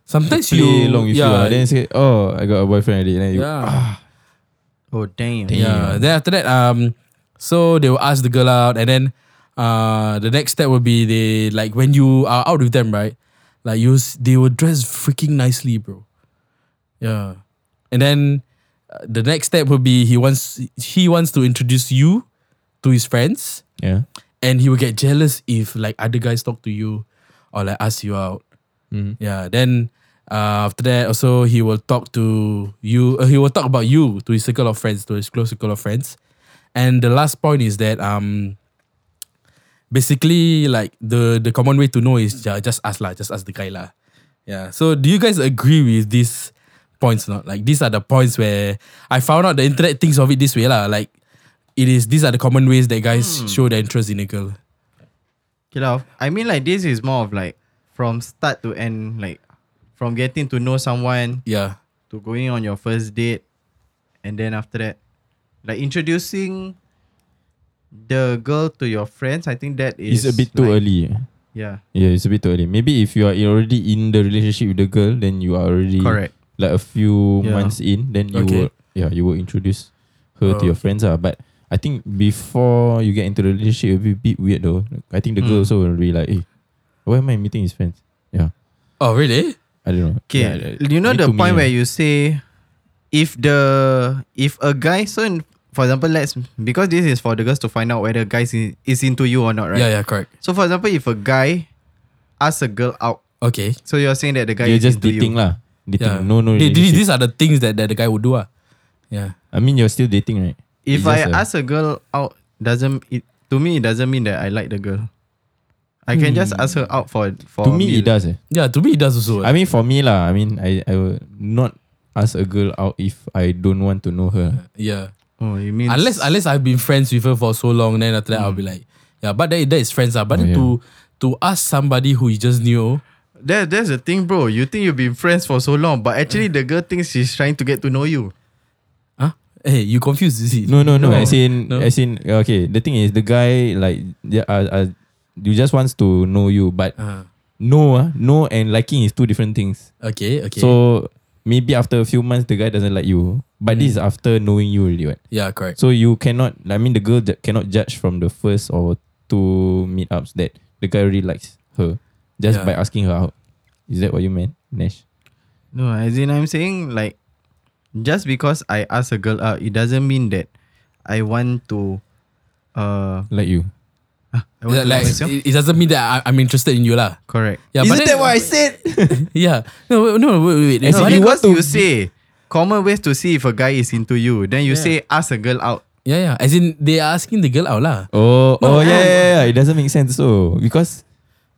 Speaker 2: sometimes
Speaker 1: Play
Speaker 2: you
Speaker 1: along with you.
Speaker 2: yeah,
Speaker 1: ah. Then say, oh, I got a boyfriend already. And then you, ah.
Speaker 2: yeah,
Speaker 3: Oh damn.
Speaker 2: yeah. Then after that, um so they will ask the girl out and then uh the next step will be they like when you are out with them, right? Like you s- they will dress freaking nicely, bro. Yeah. And then uh, the next step will be he wants he wants to introduce you to his friends
Speaker 1: yeah.
Speaker 2: and he will get jealous if like other guys talk to you or like ask you out.
Speaker 1: Mhm.
Speaker 2: Yeah. Then uh, after that also he will talk to you uh, he will talk about you to his circle of friends, to his close circle of friends. And the last point is that um basically like the the common way to know is ju- just ask lah, just ask the guy lah. Yeah. So do you guys agree with these points? or Not like these are the points where I found out the internet thinks of it this way lah. Like it is these are the common ways that guys show their interest in a girl.
Speaker 3: Okay, lah. I mean, like this is more of like from start to end, like from getting to know someone
Speaker 2: Yeah.
Speaker 3: to going on your first date, and then after that, like introducing the girl to your friends. I think that
Speaker 1: It's
Speaker 3: is
Speaker 1: a bit too
Speaker 3: like-
Speaker 1: early.
Speaker 3: Yeah,
Speaker 1: Yeah, it's a bit too early. Maybe if you are already in the relationship with the girl, then you are already
Speaker 3: correct.
Speaker 1: like a few
Speaker 3: Yeah.
Speaker 1: months in, then you
Speaker 2: Okay.
Speaker 1: will yeah, you will introduce her to
Speaker 2: Oh,
Speaker 1: your friends. Ah, But I think before you get into the relationship, it'll be a bit weird though. I think the girl
Speaker 3: Mm.
Speaker 1: also will be like, hey, why am I meeting his friends? Yeah.
Speaker 2: Oh really?
Speaker 1: I don't know.
Speaker 3: Okay, you know the point where you say if the if a guy so in, for example let's because this is for the girls to find out whether guys is, is into you or not, right?
Speaker 2: Yeah, yeah, correct.
Speaker 3: So for example, if a guy asks a girl out,
Speaker 2: Okay.
Speaker 3: so you're saying that the guy
Speaker 1: you're
Speaker 3: is
Speaker 1: just
Speaker 3: into
Speaker 1: dating
Speaker 3: you.
Speaker 1: lah. Dating.
Speaker 2: Yeah.
Speaker 1: No, no.
Speaker 2: They- these,
Speaker 1: relationship.
Speaker 2: these are the things that, that the guy would do. Ah. Yeah.
Speaker 1: I mean, you're still dating, right?
Speaker 3: If
Speaker 1: It's
Speaker 3: I
Speaker 1: just a-
Speaker 3: ask a girl out, doesn't it to me it doesn't mean that I like the girl. I can just ask her out for for
Speaker 1: Hmm. to
Speaker 3: a
Speaker 1: me,
Speaker 3: meal.
Speaker 1: it does. Eh.
Speaker 2: Yeah, to me it does also. eh.
Speaker 1: I mean, for me lah. I mean, I I will not ask a girl out if I don't want to know her.
Speaker 2: yeah.
Speaker 3: Oh, you mean
Speaker 2: Unless unless I've been friends with her for so long, then after that I'll be like, yeah, but that, that is friends. Ah. But then
Speaker 1: Mm. Oh, yeah.
Speaker 2: to to ask somebody who you just knew,
Speaker 3: that that's the thing, bro. You think you've been friends for so long, but actually the girl thinks she's trying to get to know you.
Speaker 2: huh? Hey, you confused, is it?
Speaker 1: No, no, no.
Speaker 2: No.
Speaker 1: As in,
Speaker 2: No.
Speaker 1: as in. Okay, the thing is, the guy like, yeah, uh, uh, you just wants to know you, but
Speaker 2: Ah,
Speaker 1: no, uh, no, and liking is two different things.
Speaker 2: okay, okay.
Speaker 1: So maybe after a few months, the guy doesn't like you, but this is
Speaker 2: Hmm.
Speaker 1: after knowing you already, right?
Speaker 2: yeah, correct.
Speaker 1: So you cannot. I mean, the girl ju- cannot judge from the first or two meetups that the guy really likes her just
Speaker 2: Yeah.
Speaker 1: by asking her out. Is that what you meant, Nash?
Speaker 3: No, as in I'm saying like just because I ask a girl out, it doesn't mean that I want to uh
Speaker 1: Like you?
Speaker 3: I want
Speaker 2: Yeah,
Speaker 3: to
Speaker 2: like
Speaker 3: myself.
Speaker 2: it, it doesn't mean that I, I'm interested in you lah.
Speaker 3: correct.
Speaker 2: Yeah, but then,
Speaker 1: said?
Speaker 2: *laughs* Yeah, no, wait, no, wait, wait. wait.
Speaker 3: As
Speaker 2: No,
Speaker 3: in
Speaker 2: I-
Speaker 3: you want you say common ways to see if a guy is into you. Then you say ask a girl out.
Speaker 2: yeah, yeah. As in they are asking the girl out lah.
Speaker 1: Oh, oh
Speaker 2: No,
Speaker 1: yeah,
Speaker 2: no.
Speaker 1: yeah, yeah. It doesn't make sense. So because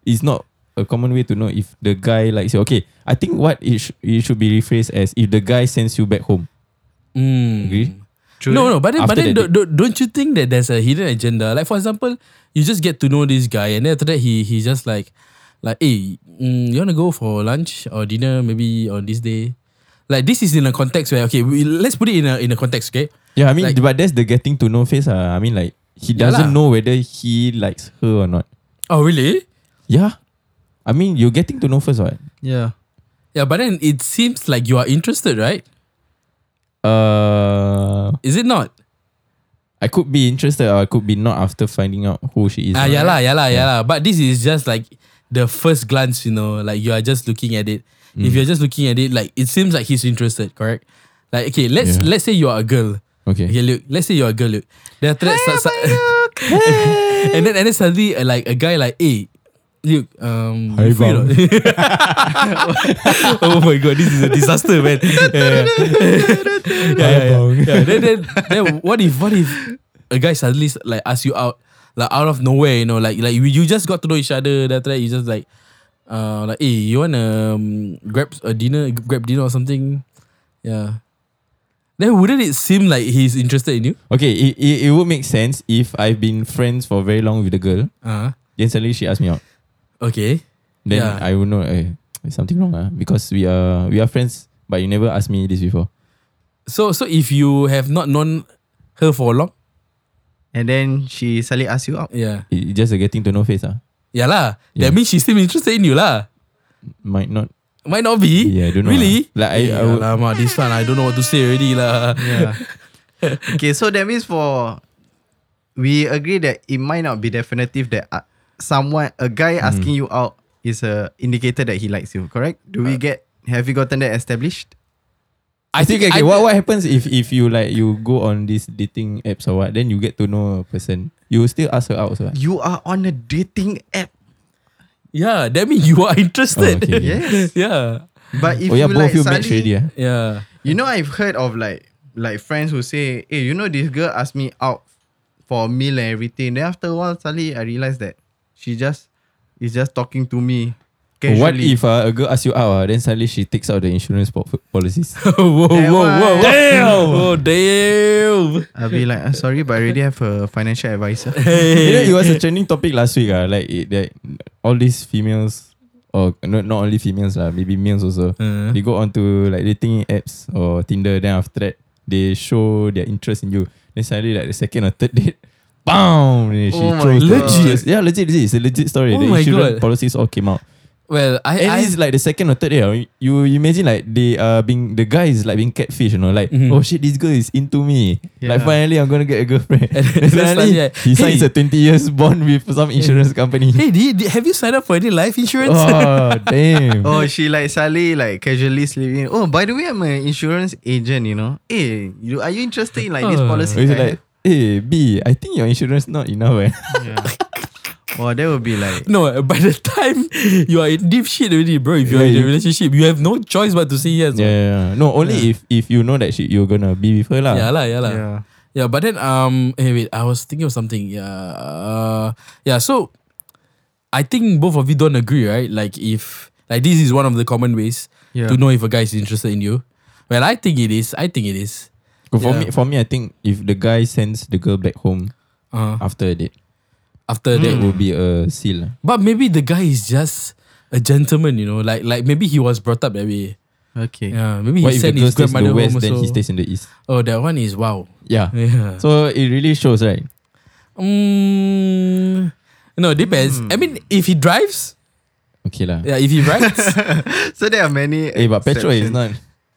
Speaker 1: it's not a common way to know if the guy likes you. Okay, I think what it, sh- it should be rephrased as if the guy sends you back home.
Speaker 2: Mm.
Speaker 1: Agree?
Speaker 2: No, no, but then,
Speaker 1: After
Speaker 2: but then
Speaker 1: that
Speaker 2: don't, don't, don't you think that there's a hidden agenda? Like for example, you just get to know this guy, and then after that he he just like, like, hey, mm, you wanna go for lunch or dinner maybe on this day? Like this is in a context where okay, we, let's put it in a in a context, okay?
Speaker 1: Yeah, I mean,
Speaker 2: Like-
Speaker 1: but that's the getting to know phase. Uh. I mean, like he
Speaker 2: Yeah
Speaker 1: doesn't
Speaker 2: lah.
Speaker 1: know whether he likes her or not.
Speaker 2: Oh really?
Speaker 1: Yeah, I mean, you're getting to know first, right?
Speaker 3: Yeah.
Speaker 2: Yeah, but then it seems like you are interested, right?
Speaker 1: Uh,
Speaker 2: Is it not?
Speaker 1: I could be interested, or I could be not after finding out who she is.
Speaker 2: Ah, yeah lah, yeah lah, yeah lah. But this is just like the first glance, you know, like you are just looking at it. If
Speaker 1: Mm.
Speaker 2: you're just looking at it, like it seems like he's interested, correct? Like okay, let's
Speaker 1: Yeah.
Speaker 2: let's say you are a girl.
Speaker 1: Okay.
Speaker 2: Okay, look. Let's say you're a girl, look. Then after that, su- su- *laughs* and then and then suddenly, uh, like a guy, like, hey, look, um,
Speaker 1: Hi,
Speaker 2: you free or
Speaker 1: Bang."
Speaker 2: not?" *laughs* oh my god, this is a disaster, man. Yeah,
Speaker 1: *laughs*
Speaker 2: uh, yeah, yeah. yeah, yeah. Then, then, then what if what if a guy suddenly like asks you out? like out of nowhere, you know, like like you- you just got to know each other. That right, you just like, uh, like hey, you wanna um, grab a dinner, grab dinner or something, yeah. Then wouldn't it seem like he's interested in you?
Speaker 1: Okay, it, it, it would make sense if I've been friends for very long with the girl.
Speaker 2: Uh
Speaker 1: Then suddenly she asked me out.
Speaker 2: Okay.
Speaker 1: Then
Speaker 2: Yeah.
Speaker 1: I would know eh, there's something wrong ah, because we are we are friends, but you never asked me this before.
Speaker 2: So so if you have not known her for long,
Speaker 3: *laughs* And then she suddenly asks you out.
Speaker 2: yeah,
Speaker 1: It, it's just a getting to know phase ah.
Speaker 2: yeah lah.
Speaker 1: Yeah.
Speaker 2: That means she's still interested in you lah.
Speaker 1: Might not.
Speaker 2: Might not be.
Speaker 1: Yeah, I don't know.
Speaker 2: Really?
Speaker 1: ah. Like I, I would,
Speaker 2: Alamak, this one I don't know what to say already lah.
Speaker 3: Yeah. okay, so that means for we agree that it might not be definitive that uh, someone a guy
Speaker 2: Mm.
Speaker 3: asking you out is a indicator that he likes you. Correct? Do
Speaker 2: Uh,
Speaker 3: we get? Have you gotten that established?
Speaker 1: I think okay, what what happens if if you like you go on these dating apps or what, then you get to know a person. You will still ask her out, ah.
Speaker 3: *laughs*
Speaker 1: so
Speaker 3: You are on a dating app,
Speaker 2: Yeah, that means you are *laughs* interested.
Speaker 1: Oh, okay, okay.
Speaker 3: Yes.
Speaker 2: *laughs* yeah.
Speaker 3: but if
Speaker 1: oh yeah,
Speaker 3: you
Speaker 1: both
Speaker 3: like
Speaker 1: you match already.
Speaker 3: suddenly,
Speaker 1: ah.
Speaker 2: Yeah. *laughs*
Speaker 3: you know I've heard of like like friends who say, "Hey, you know this girl asked me out for a meal and everything." Then after a while, suddenly I realized that she just is just talking to me. Casually.
Speaker 1: What if uh, a girl asks you out, ah, then suddenly she takes out the insurance po- policies?
Speaker 2: whoa, whoa,
Speaker 3: That
Speaker 2: whoa,
Speaker 3: one.
Speaker 2: whoa. *laughs* Oh, damn.
Speaker 3: I'll be like, "Ah, sorry, but I already have a financial advisor.
Speaker 1: *laughs* you know, it was a trending topic last week. Uh, like it, that all these females, or not, not only females, uh, maybe males also,
Speaker 2: Uh.
Speaker 1: they go on to like dating apps or Tinder. Then after that, they show their interest in you. Then suddenly, like the second or third date, *laughs* BAM! Then she
Speaker 3: Oh my
Speaker 1: throws the
Speaker 2: God.
Speaker 1: insurance- Yeah, legit, legit. It's a legit story.
Speaker 2: Oh
Speaker 1: the
Speaker 2: my
Speaker 1: insurance
Speaker 2: God.
Speaker 1: policies all came out.
Speaker 2: Well, I,
Speaker 1: At
Speaker 2: I
Speaker 1: least like the second or third day, ah, you you imagine like they are being the guy is like being catfish, you know, like
Speaker 2: Mhm.
Speaker 1: oh shit, this girl is into me.
Speaker 3: Yeah.
Speaker 1: Like finally, I'm gonna get a girlfriend.
Speaker 2: *laughs*
Speaker 1: *laughs*
Speaker 2: And
Speaker 1: And
Speaker 2: then suddenly,
Speaker 1: suddenly,
Speaker 2: like,
Speaker 1: he signs a
Speaker 2: hey.
Speaker 1: 20 years bond with some insurance company.
Speaker 2: hey, do you, do- have you signed up for any life insurance?
Speaker 1: Oh
Speaker 2: *laughs*
Speaker 1: damn!
Speaker 3: Oh, she like suddenly like casually sleeping. Oh, by the way, I'm an insurance agent. You know, hey, you are you interested in like this
Speaker 2: Oh.
Speaker 1: So
Speaker 3: policy?
Speaker 1: he's
Speaker 3: I
Speaker 1: like, hey B, I think your insurance not enough. Eh?
Speaker 3: have?" yeah. Oh, that would
Speaker 1: *laughs*
Speaker 3: be like
Speaker 2: No, eh, by the time you are in deep shit already, bro. If you're in
Speaker 1: Yeah, you-
Speaker 2: a relationship, you have no choice but to say yes.
Speaker 1: yeah, yeah, yeah. no. Only
Speaker 2: Yeah.
Speaker 1: if if you know that she, you're gonna be with her lah.
Speaker 2: Yeah, lah, yeah, lah.
Speaker 3: yeah.
Speaker 2: Yeah, but then um, hey, wait, I was thinking of something. Yeah, uh, yeah. So, I think both of you don't agree, right? Like, if like this is one of the common ways
Speaker 3: Yeah.
Speaker 2: to know if a guy is interested in you. Well, I think it is. I think it is.
Speaker 1: For
Speaker 2: Yeah.
Speaker 1: me, for me, I think if the guy sends the girl back home
Speaker 2: Uh,
Speaker 1: after a date,
Speaker 2: after
Speaker 1: that
Speaker 2: that,
Speaker 1: will be a seal. lah.
Speaker 2: but maybe the guy is just a gentleman, you know. Like, like maybe he was brought up that way.
Speaker 3: Okay.
Speaker 2: Yeah, maybe
Speaker 1: What if
Speaker 2: he
Speaker 1: the
Speaker 2: sent
Speaker 1: girl
Speaker 2: his
Speaker 1: stays in
Speaker 2: grandmother
Speaker 1: the west,
Speaker 2: home
Speaker 1: then he
Speaker 2: also.
Speaker 1: stays in the east?
Speaker 2: Oh, that one is wow.
Speaker 1: Yeah.
Speaker 2: Yeah.
Speaker 1: So it really shows, right?
Speaker 2: Mm, no, depends.
Speaker 1: Hmm.
Speaker 2: I mean, if he drives,
Speaker 1: Okay lah.
Speaker 2: yeah, if he rides,
Speaker 3: So there are many.
Speaker 1: Eh, but petrol is
Speaker 3: exceptions.
Speaker 1: not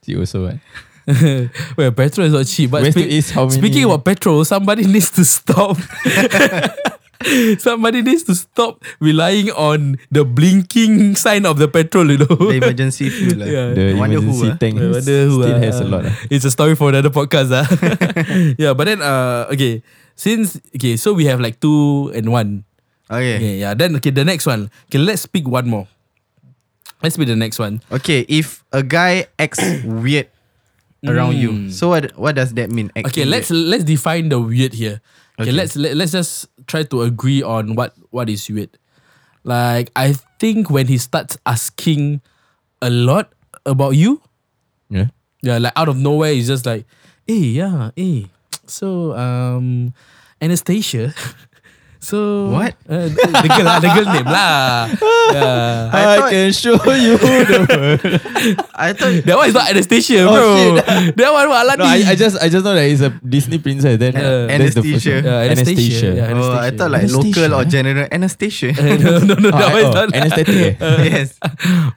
Speaker 1: cheap also, right?
Speaker 2: *laughs* well, petrol is not cheap. But
Speaker 1: West to
Speaker 2: spe-
Speaker 1: east, how many?
Speaker 2: speaking about petrol, somebody *laughs* needs to stop.
Speaker 1: *laughs*
Speaker 2: somebody needs to stop relying on the blinking sign of the petrol. You know.
Speaker 3: the
Speaker 2: *laughs*
Speaker 3: emergency fuel. lah.
Speaker 2: Yeah.
Speaker 1: the
Speaker 3: I wonder who,
Speaker 1: emergency
Speaker 3: ah.
Speaker 1: tank,
Speaker 2: I wonder who,
Speaker 1: still
Speaker 2: ah.
Speaker 1: has a lot. ah.
Speaker 2: It's a story for another podcast.
Speaker 1: *laughs*
Speaker 2: Ah. *laughs* yeah, but then uh, okay, since okay, so we have like two and one.
Speaker 3: Okay. okay.
Speaker 2: Okay, yeah. Then okay, the next one. Okay, let's pick one more. Let's pick the next one.
Speaker 3: if a guy
Speaker 1: *coughs*
Speaker 3: acts weird around you, so what what does that mean?
Speaker 2: Mm. Okay,
Speaker 3: acting
Speaker 2: let's
Speaker 3: weird?
Speaker 2: let's define the weird here. Okay,
Speaker 3: Okay.
Speaker 2: let's let, let's just try to agree on what what is weird. Like I think when he starts asking a lot about you,
Speaker 1: Yeah.
Speaker 2: yeah, like out of nowhere, he's just like, "Hey, yeah, hey, so um, Anastasia." *laughs* So
Speaker 3: What?
Speaker 2: Uh, the girl, lah, the girl name
Speaker 1: *laughs*
Speaker 2: lah. Yeah.
Speaker 1: I,
Speaker 3: thought-
Speaker 1: can show you. *laughs* the
Speaker 2: *laughs*
Speaker 3: I thought
Speaker 2: That one is not Anastasia, bro. that one what
Speaker 1: Oh, no, I, I just I just know that it's a Disney princess. Then
Speaker 2: Yeah.
Speaker 1: that's the first
Speaker 3: Anastasia.
Speaker 1: one.
Speaker 2: Yeah, Anastasia. Yeah. *laughs*
Speaker 3: Oh, I
Speaker 2: Anesthesia.
Speaker 3: thought like local or
Speaker 1: Anesthesia, eh?
Speaker 3: general
Speaker 2: *laughs*
Speaker 3: anesthesia.
Speaker 2: *laughs* no, no, no,
Speaker 1: Oh,
Speaker 2: that one
Speaker 1: I-
Speaker 2: is
Speaker 1: oh,
Speaker 2: not. *laughs*
Speaker 1: anesthetic. eh?
Speaker 3: *laughs* yes.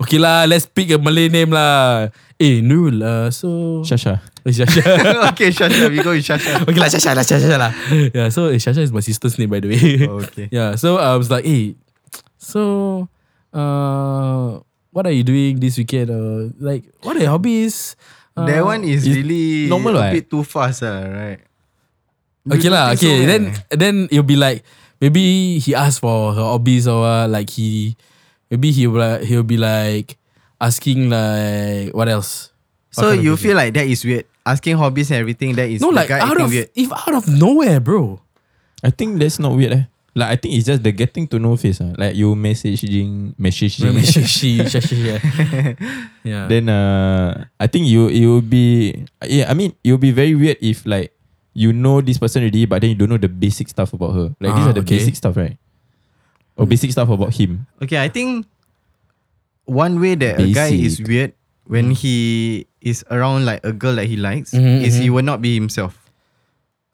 Speaker 2: Okay lah, let's pick a Malay name lah. Eh, Nurul, uh, so...
Speaker 1: Shasha.
Speaker 2: Eh, Shasha.
Speaker 3: *laughs* okay, Shasha, we go
Speaker 2: *laughs*
Speaker 3: with Shasha.
Speaker 2: okay lah, Shasha lah, Shasha lah. *laughs* Yeah, so eh, Shasha is my sister's name, by the way.
Speaker 3: Oh, Okay.
Speaker 2: *laughs* Yeah, so I was like, hey, so... Uh, what are you doing this weekend? Uh, like, what are your hobbies? Uh,
Speaker 3: that one is
Speaker 1: it's
Speaker 3: really
Speaker 1: normal,
Speaker 3: a
Speaker 1: right?
Speaker 3: bit too fast, ah, right? Do
Speaker 2: Okay
Speaker 3: you
Speaker 2: lah,
Speaker 3: think so,
Speaker 2: okay.
Speaker 3: eh?
Speaker 2: then then it'll be like maybe he asked for her hobbies or what, like he maybe he will he'll be like asking like what else?
Speaker 3: so
Speaker 2: What kind of
Speaker 3: you
Speaker 2: music?
Speaker 3: feel like that is weird. Asking hobbies and everything, that is
Speaker 2: no
Speaker 3: the
Speaker 2: like
Speaker 3: guy
Speaker 2: out of
Speaker 3: acting weird.
Speaker 2: if out of nowhere, bro.
Speaker 1: I think that's not weird. Eh. Like I think it's just the getting to know face. ah. Like you messaging, messaging,
Speaker 2: *laughs*
Speaker 1: *laughs*
Speaker 2: She- she- she- *laughs* yeah. yeah.
Speaker 1: Then uh, I think you it will be yeah. I mean, it will be very weird if like you know this person already, but then you don't know the basic stuff about her. Like these
Speaker 2: Ah,
Speaker 1: are the
Speaker 2: okay. Hmm.
Speaker 1: basic stuff, right? Or basic stuff about him.
Speaker 3: Okay, I think one way that a guy is
Speaker 1: Basic.
Speaker 3: weird when he is around like a girl that he likes
Speaker 2: Mhm,
Speaker 3: is he will not be himself.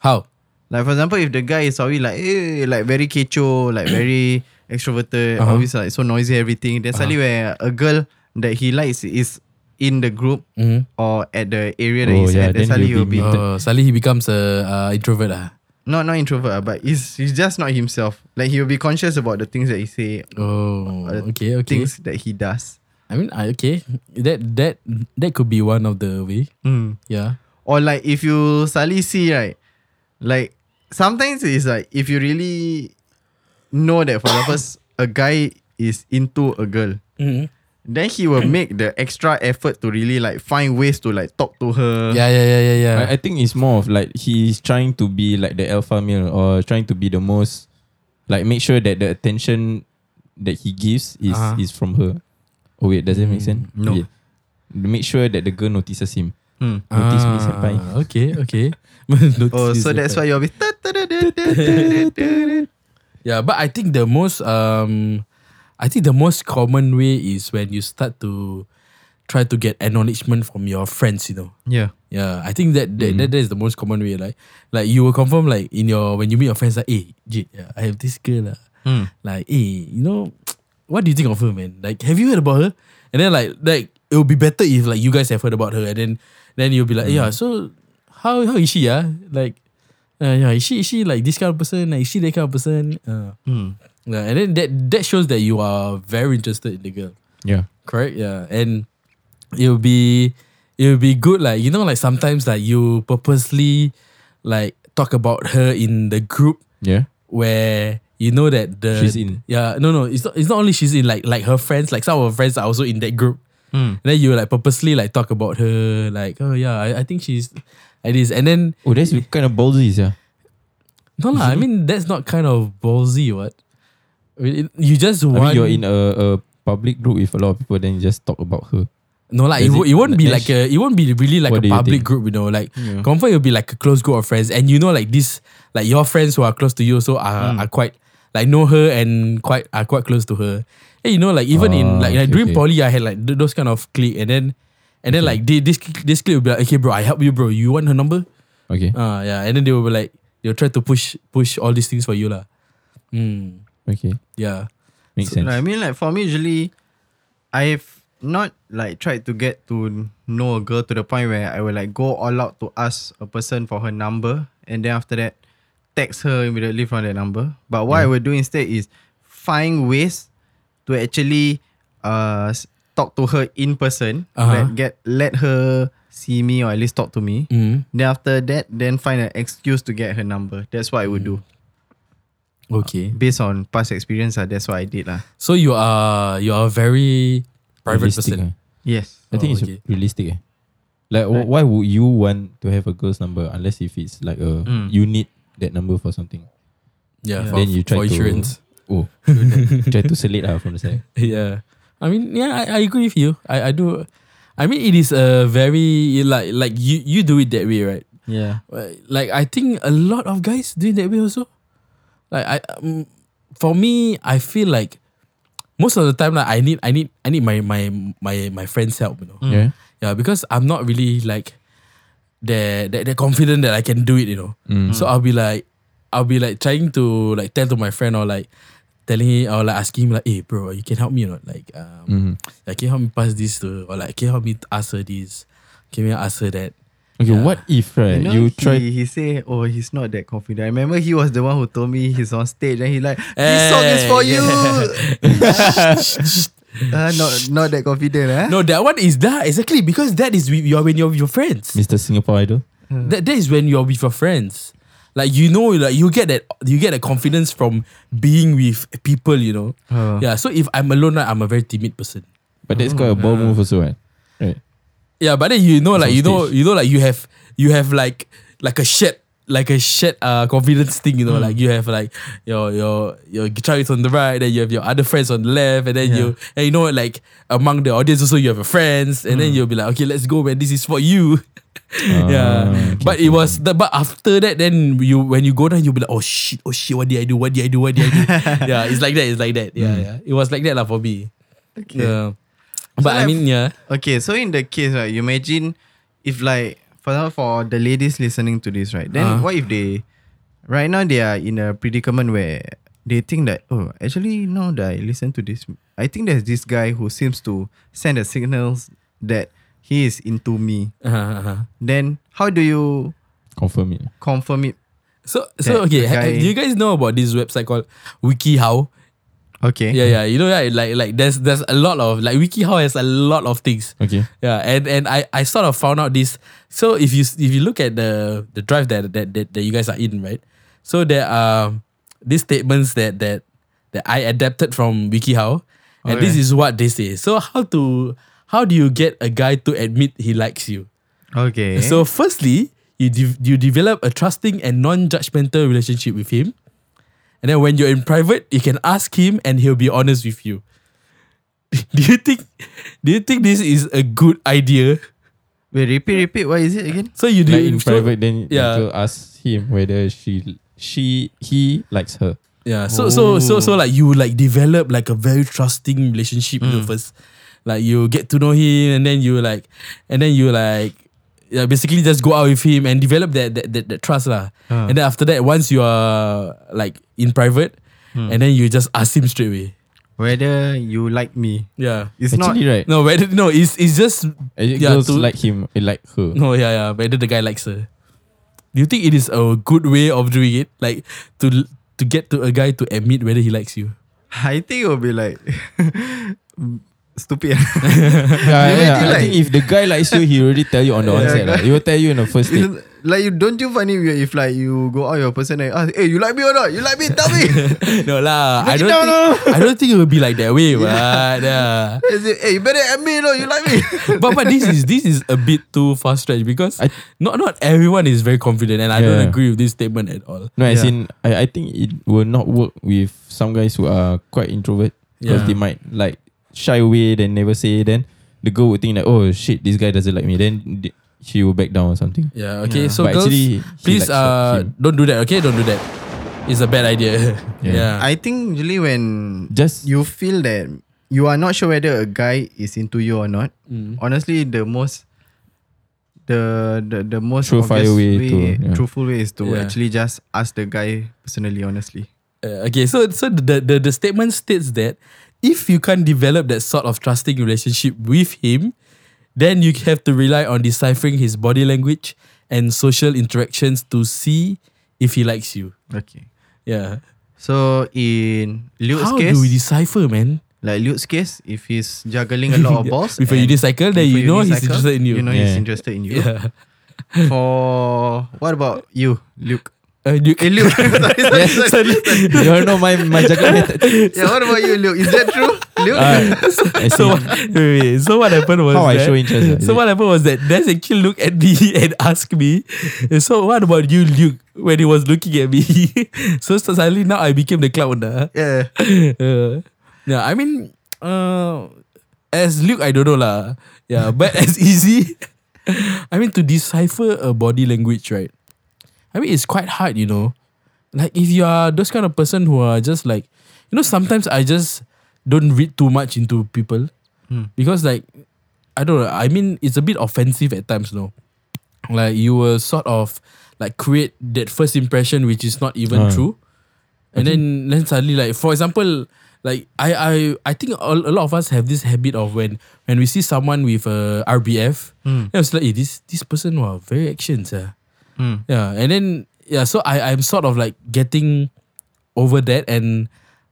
Speaker 2: How?
Speaker 3: Like for example, if the guy is always like eh, like very kecho, like very extroverted,
Speaker 2: Uh-huh.
Speaker 3: always like so noisy, everything. Then suddenly when a girl that he likes is in the group
Speaker 2: Mhm.
Speaker 3: or at the area that
Speaker 1: Oh,
Speaker 3: he's
Speaker 1: yeah,
Speaker 3: at,
Speaker 1: then
Speaker 3: then suddenly
Speaker 1: you'll
Speaker 3: he'll
Speaker 1: be
Speaker 3: be
Speaker 1: more-
Speaker 2: Oh, suddenly he becomes a uh, introvert lah.
Speaker 3: not not introvert, ah, but he's he's just not himself. Like he'll be conscious about the things that he say,
Speaker 2: Oh,
Speaker 3: uh,
Speaker 2: okay, okay.
Speaker 3: things that he does.
Speaker 2: I mean, I okay. That that that could be one of the way.
Speaker 3: Hmm.
Speaker 2: Yeah.
Speaker 3: Or like if you suddenly see right, like sometimes it's like if you really know that for example *coughs* s- a guy is into a girl,
Speaker 2: Mhm.
Speaker 3: then he will make the extra effort to really like find ways to like talk to her.
Speaker 2: Yeah, yeah, yeah, yeah, yeah.
Speaker 1: I, I think it's more of like he's trying to be like the alpha male or trying to be the most like make sure that the attention that he gives is
Speaker 2: Uh-huh.
Speaker 1: is from her. Oh wait, does that make sense?
Speaker 3: no.
Speaker 1: Okay. Make sure that the girl notices him.
Speaker 3: Hmm.
Speaker 1: Notice me, senpai.
Speaker 2: Ah, Okay, okay. *laughs*
Speaker 3: Oh, so that's why you'll be.
Speaker 2: Yeah, but I think the most um, I think the most common way is when you start to try to get acknowledgement from your friends. You know.
Speaker 3: *laughs* Yeah.
Speaker 2: Yeah, I think that that,
Speaker 3: Mm-hmm.
Speaker 2: that, that is the most common way. Like, like you will confirm like in your when you meet your friends like, hey, Jade, yeah, I have this girl lah.
Speaker 3: Hmm.
Speaker 2: Like, hey, you know, what do you think of her, man? Like, have you heard about her? And then like like it would be better if like you guys have heard about her, and then then you'll be like, yeah,
Speaker 3: Hmm.
Speaker 2: so how how is she? Yeah, like, uh, yeah, is she is she like this kind of person? Like, is she that kind of person? Uh,
Speaker 3: Hmm.
Speaker 2: yeah, and then that that shows that you are very interested in the girl.
Speaker 1: Yeah.
Speaker 2: Correct, yeah. And it'll be it'll be good like you know like sometimes like you purposely like talk about her in the group
Speaker 1: Yeah.
Speaker 2: where you know that the
Speaker 1: She's in.
Speaker 2: Yeah, no no, it's not it's not only she's in like like her friends, like some of her friends are also in that group.
Speaker 3: Hmm.
Speaker 2: And then you like purposely like talk about her, like, oh yeah, I, I think she's like this. And then
Speaker 1: Oh, that's kind of ballsy, yeah.
Speaker 2: no lah,
Speaker 1: Mm-hmm.
Speaker 2: I mean that's not kind of ballsy, what? I mean, it- You
Speaker 1: I
Speaker 2: just want
Speaker 1: mean, you're in a, a public group with a lot of people, then you just talk about her.
Speaker 2: No, like it,
Speaker 1: Does
Speaker 2: wo-
Speaker 1: it-
Speaker 2: it won't be
Speaker 1: Ash,
Speaker 2: like a it won't be really like
Speaker 1: what
Speaker 2: a
Speaker 1: do you
Speaker 2: public
Speaker 1: think?
Speaker 2: group, you know. Like
Speaker 1: Yeah.
Speaker 2: confirm it'll be like a close group of friends, and you know, like this, like your friends who are close to you also are,
Speaker 1: Mm.
Speaker 2: are quite like know her and quite are quite close to her. And you know, like even in
Speaker 1: Ah,
Speaker 2: like, like
Speaker 1: okay,
Speaker 2: during
Speaker 1: okay.
Speaker 2: poly, I had like th- those kind of clique, and then and then like they, this clique- this clique will be like, okay, bro, I help you, bro. You want her number?
Speaker 1: Okay.
Speaker 2: Uh yeah. And then they will be like they'll try to push push all these things for you, lah. Mm,
Speaker 1: Okay.
Speaker 2: yeah.
Speaker 1: Makes sense.
Speaker 3: No, I mean, like for me, usually, I've not like tried to get to know a girl to the point where I will like go all out to ask a person for her number, and then after that, text her immediately from that number. But what I will do instead is find ways to actually uh s- talk to her in person.
Speaker 2: Uh-huh.
Speaker 3: Let get let her see me or at least talk to me.
Speaker 2: Mm,
Speaker 3: Then after that, then find an excuse to get her number. That's what I would do
Speaker 2: okay.
Speaker 3: based on past experience. Ah, that's what I did lah.
Speaker 2: So you are you are a very private
Speaker 1: Realistic,
Speaker 2: person.
Speaker 1: eh.
Speaker 3: Yes.
Speaker 1: I think it's
Speaker 2: Oh, okay.
Speaker 1: realistic. Eh. Like, wh- why would you want to have a girl's number unless if it's like a
Speaker 3: Mm.
Speaker 1: you need that number for something?
Speaker 2: Yeah,
Speaker 3: Yeah.
Speaker 2: For,
Speaker 1: then you try
Speaker 2: for
Speaker 1: to
Speaker 2: insurance. *laughs*
Speaker 1: Oh, try to sell it out from the side.
Speaker 2: yeah, I mean, yeah, I, I agree with you. I, I do. I mean, it is a very like like you you do it that way, right?
Speaker 3: Yeah.
Speaker 2: Uh, Like I think a lot of guys do it that way also. Like I, um, for me, I feel like most of the time, like I need I need I need my my my my friends' help, you know.
Speaker 1: Yeah.
Speaker 2: Yeah, because I'm not really like that that, that confident that I can do it, you know. So I'll be like I'll be like trying to like tell to my friend or like telling him or like asking him like, hey bro, you can help me or not? Like um
Speaker 1: Mhm.
Speaker 2: like can you help me pass this to or like can you help me ask her this? Can you ask her that?
Speaker 1: Okay.
Speaker 2: Yeah.
Speaker 1: What if right?
Speaker 3: You, know,
Speaker 1: You,
Speaker 3: he,
Speaker 1: try.
Speaker 3: He say, "Oh, he's not that confident." I remember he was the one who told me he's on stage, and he like, "This song is
Speaker 2: Hey,
Speaker 3: for
Speaker 2: Eh, *laughs* yeah.
Speaker 3: you." *laughs* Uh, not not that confident, eh?
Speaker 2: No, that one is that exactly because that is with your when you're with your friends.
Speaker 1: Mr. Singapore Idol.
Speaker 2: That that is when you're with your friends. Like you know, like you get that you get that confidence from being with people, you know.
Speaker 3: Uh.
Speaker 2: Yeah. So if I'm alone, right, I'm a very timid person.
Speaker 1: But that's
Speaker 2: Oh,
Speaker 1: quite a ball move also, right? Right.
Speaker 2: Yeah, but then you know,
Speaker 1: on
Speaker 2: like you know,
Speaker 1: stage.
Speaker 2: you know, like you have you have like like a shed like a shit uh, confidence thing, you know,
Speaker 1: Hmm.
Speaker 2: like you have like your your your guitarist on the right, and you have your other friends on the left, and then you and you know like among the audience also you have your friends, and
Speaker 1: Hmm.
Speaker 2: then you'll be like, okay, let's go, man, this is for you. *laughs* *laughs* yeah,
Speaker 1: Ah, okay,
Speaker 2: but it was the but after that, then you when you go down, you'll be like, oh shit, oh shit, what did I do? What did I do?
Speaker 1: *laughs*
Speaker 2: What did I do? yeah, it's like that. It's like that.
Speaker 1: Hmm.
Speaker 2: Yeah, yeah. It was like that lah for me.
Speaker 3: Okay.
Speaker 2: Yeah. But I
Speaker 3: like-
Speaker 2: mean, yeah.
Speaker 3: Okay, so in the case, right, you imagine if like for example for the ladies listening to this, right?
Speaker 2: Uh.
Speaker 3: Then what if they right now they are in a predicament where they think that oh actually now that I listen to this I think there's this guy who seems to send the signals that he is into me.
Speaker 2: Uh-huh, uh-huh.
Speaker 3: Then how do you
Speaker 1: Confirm it.
Speaker 3: confirm it?
Speaker 2: So so
Speaker 3: That
Speaker 2: okay. ha-
Speaker 3: guy-
Speaker 2: do you guys know about this website called WikiHow?
Speaker 3: Okay.
Speaker 2: Yeah, yeah. You know, right? Like like there's there's a lot of like WikiHow has a lot of things.
Speaker 1: Okay.
Speaker 2: Yeah, and and I I sort of found out this. So if you if you look at the the drive that that that, that you guys are in, right? So there are these statements that that that I adapted from WikiHow, and this
Speaker 3: Okay.
Speaker 2: is what they say. So how to how do you get a guy to admit he likes you?
Speaker 3: Okay.
Speaker 2: So, firstly, you de- you develop a trusting and non-judgmental relationship with him, and then when you're in private, you can ask him, and he'll be honest with you. *laughs* do you think? Do you think this is a good idea?
Speaker 3: wait, repeat, repeat. What is it again?
Speaker 2: So you do
Speaker 1: Like in
Speaker 2: so-
Speaker 1: private, then
Speaker 2: yeah.
Speaker 1: yeah. ask him whether she she he likes her.
Speaker 2: Yeah. So so so so like you like develop like a very trusting relationship with the first. Like you get to know him and then you like and then you like yeah, basically just go out with him and develop that that, that, that trust lah.
Speaker 3: Ah.
Speaker 2: And then after that, once you are like in private, and then you just ask him straight away.
Speaker 3: Whether you like me.
Speaker 2: Yeah.
Speaker 3: It's
Speaker 1: Actually,
Speaker 3: not
Speaker 1: right?
Speaker 2: No, whether no, it's it's just
Speaker 1: Actually,
Speaker 2: yeah,
Speaker 1: girls
Speaker 2: to-
Speaker 1: like him, eh, like her.
Speaker 2: no, yeah, yeah. Whether the guy likes her. Do you think it is a good way of doing it? Like to to get to a guy to admit whether he likes you.
Speaker 3: *laughs*
Speaker 2: *laughs*
Speaker 3: I think it will be like *laughs* stupid.
Speaker 1: Yeah, yeah,
Speaker 3: Imagine
Speaker 1: I
Speaker 3: like-
Speaker 1: think if the guy likes you, he already tell you on the
Speaker 3: Yeah,
Speaker 1: onset. lah.
Speaker 3: guy-
Speaker 1: He will tell you in the
Speaker 3: *laughs*
Speaker 1: first date.
Speaker 3: Isn't- like you don't you find it weird if like you go out with your person and ask, hey, you like me or not? You like me? Tell me.
Speaker 2: no lah. *laughs* I
Speaker 3: *laughs* Break it
Speaker 2: don't.
Speaker 3: down,
Speaker 2: think, I don't think it will be like that way, but yeah.
Speaker 3: Is it, hey, you better at me, no? You like me?
Speaker 2: *laughs* But but this is this is a bit too far stretched because
Speaker 1: I-
Speaker 2: not not everyone is very confident, and I don't
Speaker 1: Yeah.
Speaker 2: agree with this statement at all.
Speaker 1: No, as
Speaker 3: Yeah.
Speaker 1: in I, I think it will not work with some guys who are quite introvert because
Speaker 2: Yeah.
Speaker 1: they might like shy away, then never say. Then the girl would think like, oh shit, this guy doesn't like me. Then th- she will back down or something.
Speaker 2: Yeah. Okay.
Speaker 3: Yeah.
Speaker 2: So
Speaker 1: But
Speaker 2: girls,
Speaker 1: actually, he
Speaker 2: please
Speaker 1: likes
Speaker 2: uh
Speaker 1: him.
Speaker 2: don't do that. Okay, don't do that. It's a bad idea. *laughs*
Speaker 1: Yeah.
Speaker 2: yeah.
Speaker 3: I think usually when
Speaker 1: Just
Speaker 3: you feel that you are not sure whether a guy is into you or not,
Speaker 2: Mm.
Speaker 3: honestly, the most the the, the most
Speaker 1: Surefire
Speaker 3: obvious
Speaker 1: way to- yeah.
Speaker 3: truthful way is to
Speaker 2: Yeah.
Speaker 3: actually just ask the guy personally, honestly.
Speaker 2: Uh, okay. So so the, the the statement states that if you can't develop that sort of trusting relationship with him, then you have to rely on deciphering his body language and social interactions to see if he likes you.
Speaker 3: Okay.
Speaker 2: Yeah.
Speaker 3: So in Luke's
Speaker 2: How
Speaker 3: case,
Speaker 2: do we decipher, man?
Speaker 3: like Luke's case, if he's juggling a
Speaker 2: *laughs*
Speaker 3: lot of balls,
Speaker 2: Before you
Speaker 3: and-
Speaker 2: recycle, then
Speaker 3: before
Speaker 2: you know he's
Speaker 3: recycle,
Speaker 2: interested in you.
Speaker 3: You know he's
Speaker 1: Yeah.
Speaker 3: interested in you.
Speaker 2: *laughs* yeah.
Speaker 3: For what about you,
Speaker 2: *laughs*
Speaker 3: Luke?
Speaker 2: Uh, you
Speaker 3: Eh, Luke. Sorry, sorry, sorry.
Speaker 1: you all know my my
Speaker 3: *laughs*
Speaker 1: juggling. method.
Speaker 3: Yeah, what about you, Luke? Is that
Speaker 2: *laughs*
Speaker 3: true, Luke?
Speaker 2: Uh,
Speaker 1: Ah, I see.
Speaker 2: so, what- wait, wait, so what happened was
Speaker 1: How I
Speaker 2: that,
Speaker 1: show interest, is
Speaker 2: So
Speaker 1: it?
Speaker 2: what happened was that Des actually looked at me *laughs* and asked me, "So what about you, Luke?" When he was looking at me, *laughs* so suddenly now I became the clown. Uh.
Speaker 3: yeah.
Speaker 2: Uh, yeah, I mean, uh, as Luke, I don't know lah. Yeah, but as *laughs* easy, I mean, to decipher a body language, right? I mean, it's quite hard, you know. Like if you are those kind of person who are just like, you know, sometimes I just don't read too much into people because like, I don't know. I mean, it's a bit offensive at times, no. Like you will sort of like create that first impression which is not even
Speaker 1: Ah.
Speaker 2: true. And then then suddenly like for example like I I I think a, a lot of us have this habit of when when we see someone with a RBF, then it's like eh, this this person wow very actions yeah.
Speaker 3: Hmm.
Speaker 2: yeah and then yeah so I I'm sort of like getting over that and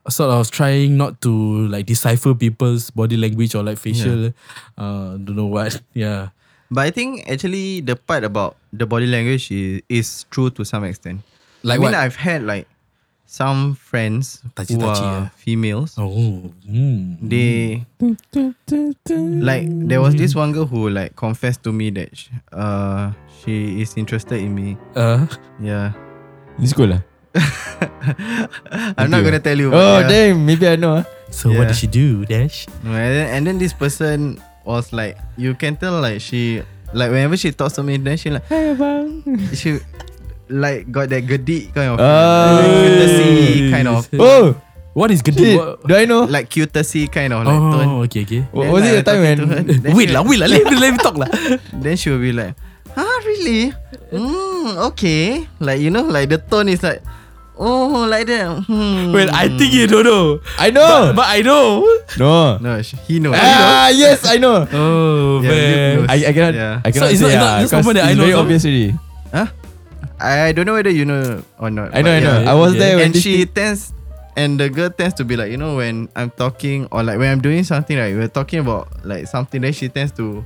Speaker 2: sort of trying not to like decipher people's body language or like facial uh don't know what *laughs* yeah
Speaker 3: But I think actually the part about the body language is, is true to some extent.
Speaker 2: like
Speaker 3: I mean,
Speaker 2: what
Speaker 3: I've had like some friends who
Speaker 2: Touchy-touchy,
Speaker 3: are
Speaker 2: eh?
Speaker 3: females.
Speaker 2: Oh. Mm.
Speaker 3: They like there was this one girl who like confessed to me that sh- uh she is interested in me.
Speaker 2: Uh,
Speaker 3: Yeah.
Speaker 1: Ni sekolah
Speaker 3: I'm not
Speaker 1: Okay.
Speaker 3: gonna tell you. but
Speaker 1: lah. Oh
Speaker 3: *laughs* yeah.
Speaker 1: damn Maybe I know ah.
Speaker 2: so
Speaker 3: Yeah.
Speaker 2: what did she do, Dash?
Speaker 3: No, And then, and then this person was like, you can tell like she like whenever she talks to me, then she like
Speaker 1: Hai abang
Speaker 3: she like got that gedik kind of
Speaker 1: Ah.
Speaker 3: like, cutesy kind of
Speaker 1: Oh
Speaker 2: *laughs* What is good?
Speaker 1: shit Do I know
Speaker 3: like cutesy kind of like tone.
Speaker 2: Oh, okay, okay.
Speaker 1: Wa-
Speaker 3: Then,
Speaker 1: Was it the
Speaker 3: like,
Speaker 1: time
Speaker 3: talking
Speaker 1: when
Speaker 3: to her, then
Speaker 2: Wait
Speaker 3: she-
Speaker 2: lah, wait lah. Let me let me
Speaker 3: *laughs*
Speaker 2: talk lah.
Speaker 3: Then she will be like, huh, really? Hmm, okay. Like, you know, like the tone is like, oh, like that. Hmm.
Speaker 2: Well, I think you don't know.
Speaker 1: I know
Speaker 2: But, but I know.
Speaker 1: *laughs* No
Speaker 3: No, sh- he knows.
Speaker 1: Ah yes I
Speaker 3: *laughs*
Speaker 1: know
Speaker 2: Oh man.
Speaker 3: Yeah, Luke knows.
Speaker 1: I, I cannot
Speaker 3: Yeah.
Speaker 1: I cannot
Speaker 2: So it's
Speaker 1: say ah,
Speaker 2: not- not- not
Speaker 1: because
Speaker 2: someone that I
Speaker 1: it's
Speaker 2: know
Speaker 1: very
Speaker 2: also?
Speaker 1: obvious already
Speaker 3: I, I don't know whether you know or not.
Speaker 1: I
Speaker 3: but
Speaker 1: know I know
Speaker 3: yeah.
Speaker 1: I was
Speaker 2: Yeah.
Speaker 1: there when
Speaker 3: And
Speaker 1: this
Speaker 3: she tends, and the girl tends to be like, you know, when I'm talking or like when I'm doing something, like we're talking about like something, then she tends to,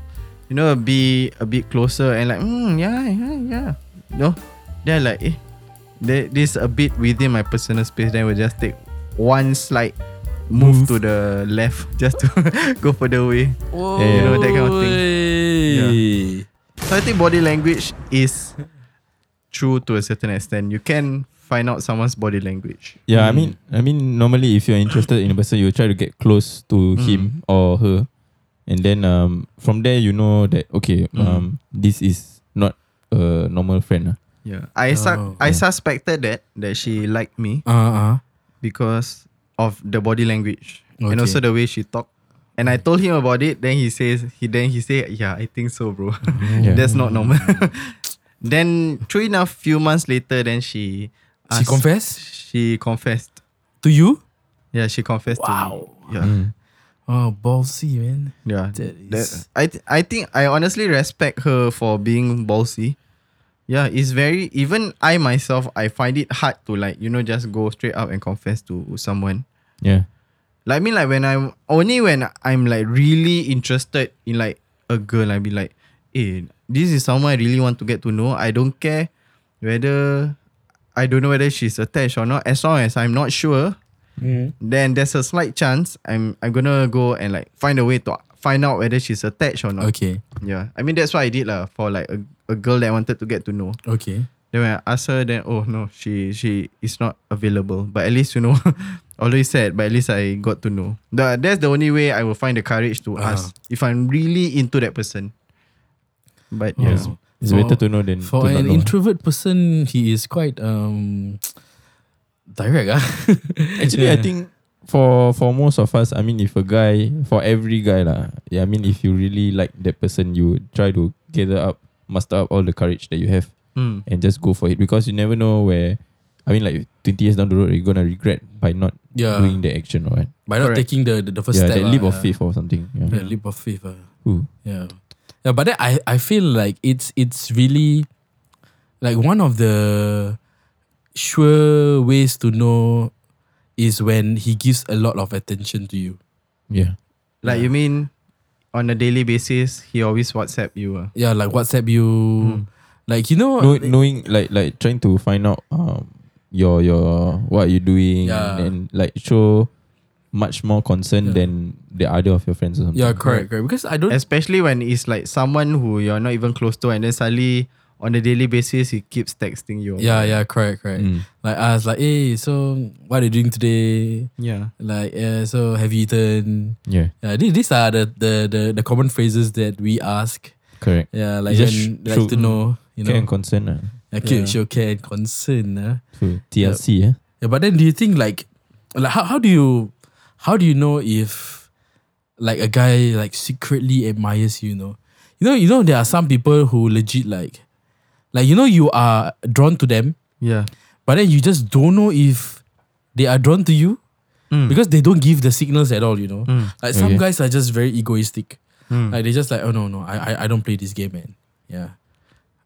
Speaker 3: you know, be a bit closer and like, hmm, yeah, yeah, yeah. No, they're like, eh, they, this a bit within my personal space. Then we'll just take one slight move, to the left *laughs* just to go further away.
Speaker 1: yeah.
Speaker 3: You know, that kind of thing.
Speaker 2: thing.
Speaker 3: So I think body language is true to a certain extent. You can find out someone's body language.
Speaker 1: Yeah, I
Speaker 2: Hmm.
Speaker 1: mean, I mean, normally if you're interested in a person, you try to get close to
Speaker 2: Hmm.
Speaker 1: him or her, and then um, from there you know that okay,
Speaker 2: Hmm.
Speaker 1: um, this is not a normal friend. ah.
Speaker 3: Yeah. I su-
Speaker 2: Oh,
Speaker 3: I suspected that that she liked me
Speaker 2: Uh uh.
Speaker 3: because of the body language and
Speaker 2: Okay.
Speaker 3: also the way she talked. And I told him about it. Then he says he then he said, "Yeah, I think so,
Speaker 2: *laughs*
Speaker 3: bro.
Speaker 1: Yeah.
Speaker 3: *laughs* That's not normal." then, true enough, few months later, then she
Speaker 2: She
Speaker 3: asked-
Speaker 2: confessed
Speaker 3: She confessed.
Speaker 2: to you?
Speaker 3: Yeah, she confessed
Speaker 2: Wow. Hmm.
Speaker 3: to me. Yeah.
Speaker 2: Oh, ballsy man.
Speaker 3: Yeah,
Speaker 2: That
Speaker 3: that-
Speaker 2: is-
Speaker 3: I th- I think I honestly respect her for being ballsy. Yeah, it's very even I myself I find it hard to like you know just go straight up and confess to someone.
Speaker 1: Yeah,
Speaker 3: Like I mean like when I'm only when I'm like really interested in like a girl, I'd be like, eh, this is someone I really want to get to know. I don't care whether I don't know whether she's attached or not. As long as I'm not sure, then there's a slight chance I'm I'm gonna go and like find a way to find out whether she's attached or not.
Speaker 2: Okay.
Speaker 3: Yeah, I mean that's what I did lah for like a, a girl that I wanted to get to know.
Speaker 2: Okay.
Speaker 3: Then when I asked her, then oh no, she she is not available. But at least you know, *laughs* although it's sad, but at least I got to know. The, that's the only way I will find the courage to
Speaker 2: Ah.
Speaker 3: ask if I'm really into that person. But
Speaker 2: Oh.
Speaker 3: yeah,
Speaker 1: it's
Speaker 2: For-
Speaker 1: better to know than to
Speaker 2: For
Speaker 1: not
Speaker 2: an
Speaker 1: know, ah.
Speaker 2: introvert person, he is quite um direct. Ah.
Speaker 1: Actually, I
Speaker 2: Yeah.
Speaker 1: think for for most of us, I mean, if a guy, for every guy lah, yeah, I mean, if you really like that person, you would try to gather up, muster up all the courage that you have.
Speaker 3: Hmm.
Speaker 1: and just go for it because you never know where. I mean, like twenty years down the road, you're gonna regret by not
Speaker 2: Yeah.
Speaker 1: doing the action or what.
Speaker 2: By not
Speaker 3: Correct.
Speaker 2: taking the, the, the first
Speaker 1: Yeah,
Speaker 2: step.
Speaker 1: that
Speaker 2: ah,
Speaker 1: leap of
Speaker 2: yeah.
Speaker 1: faith or something. Yeah.
Speaker 2: Yeah, leap of faith. ah.
Speaker 1: Ooh.
Speaker 2: Yeah. Yeah, but then I, I feel like it's it's really like one of the sure ways to know is when he gives a lot of attention to you.
Speaker 1: yeah.
Speaker 3: like you mean on a daily basis, he always WhatsApp you. ah.
Speaker 2: Yeah, like WhatsApp
Speaker 1: Mm.
Speaker 2: you. Like you know
Speaker 1: Know, knowing like like trying to find out um your your what you doing and,
Speaker 2: Yeah.
Speaker 1: and like show much more concern
Speaker 2: Yeah.
Speaker 1: than the other of your friends or something.
Speaker 2: Yeah, correct, correct. Because I don't
Speaker 3: Especially when it's like someone who you're not even close to, and then suddenly on a daily basis he keeps texting you.
Speaker 2: Yeah, yeah, correct, correct.
Speaker 1: Mm.
Speaker 2: Like I was like, hey, so what are you doing today?
Speaker 3: yeah.
Speaker 2: Like, yeah, so have you eaten?
Speaker 1: Yeah.
Speaker 2: Yeah, these, these are the, the the the common phrases that we ask.
Speaker 1: Correct.
Speaker 2: Yeah, like
Speaker 1: Just sh-
Speaker 2: when, like to
Speaker 1: show-
Speaker 2: know, you know,
Speaker 1: Care and concern. Uh,
Speaker 2: like yeah.
Speaker 3: Yeah.
Speaker 2: show care and concern. ah.
Speaker 1: to TLC. Yeah.
Speaker 2: Yeah, but then do you think like, like how, how do you, how do you know if, like a guy like secretly admires you? You know, you know, you know there are some people who legit like, like you know you are drawn to them,
Speaker 3: Yeah.
Speaker 2: but then you just don't know if they are drawn to you
Speaker 3: Hmm.
Speaker 2: because they don't give the signals at all. You know, like some
Speaker 1: Okay.
Speaker 2: guys are just very egoistic.
Speaker 3: Hmm.
Speaker 2: Like they just like, oh no no, I, I I don't play this game, man. Yeah,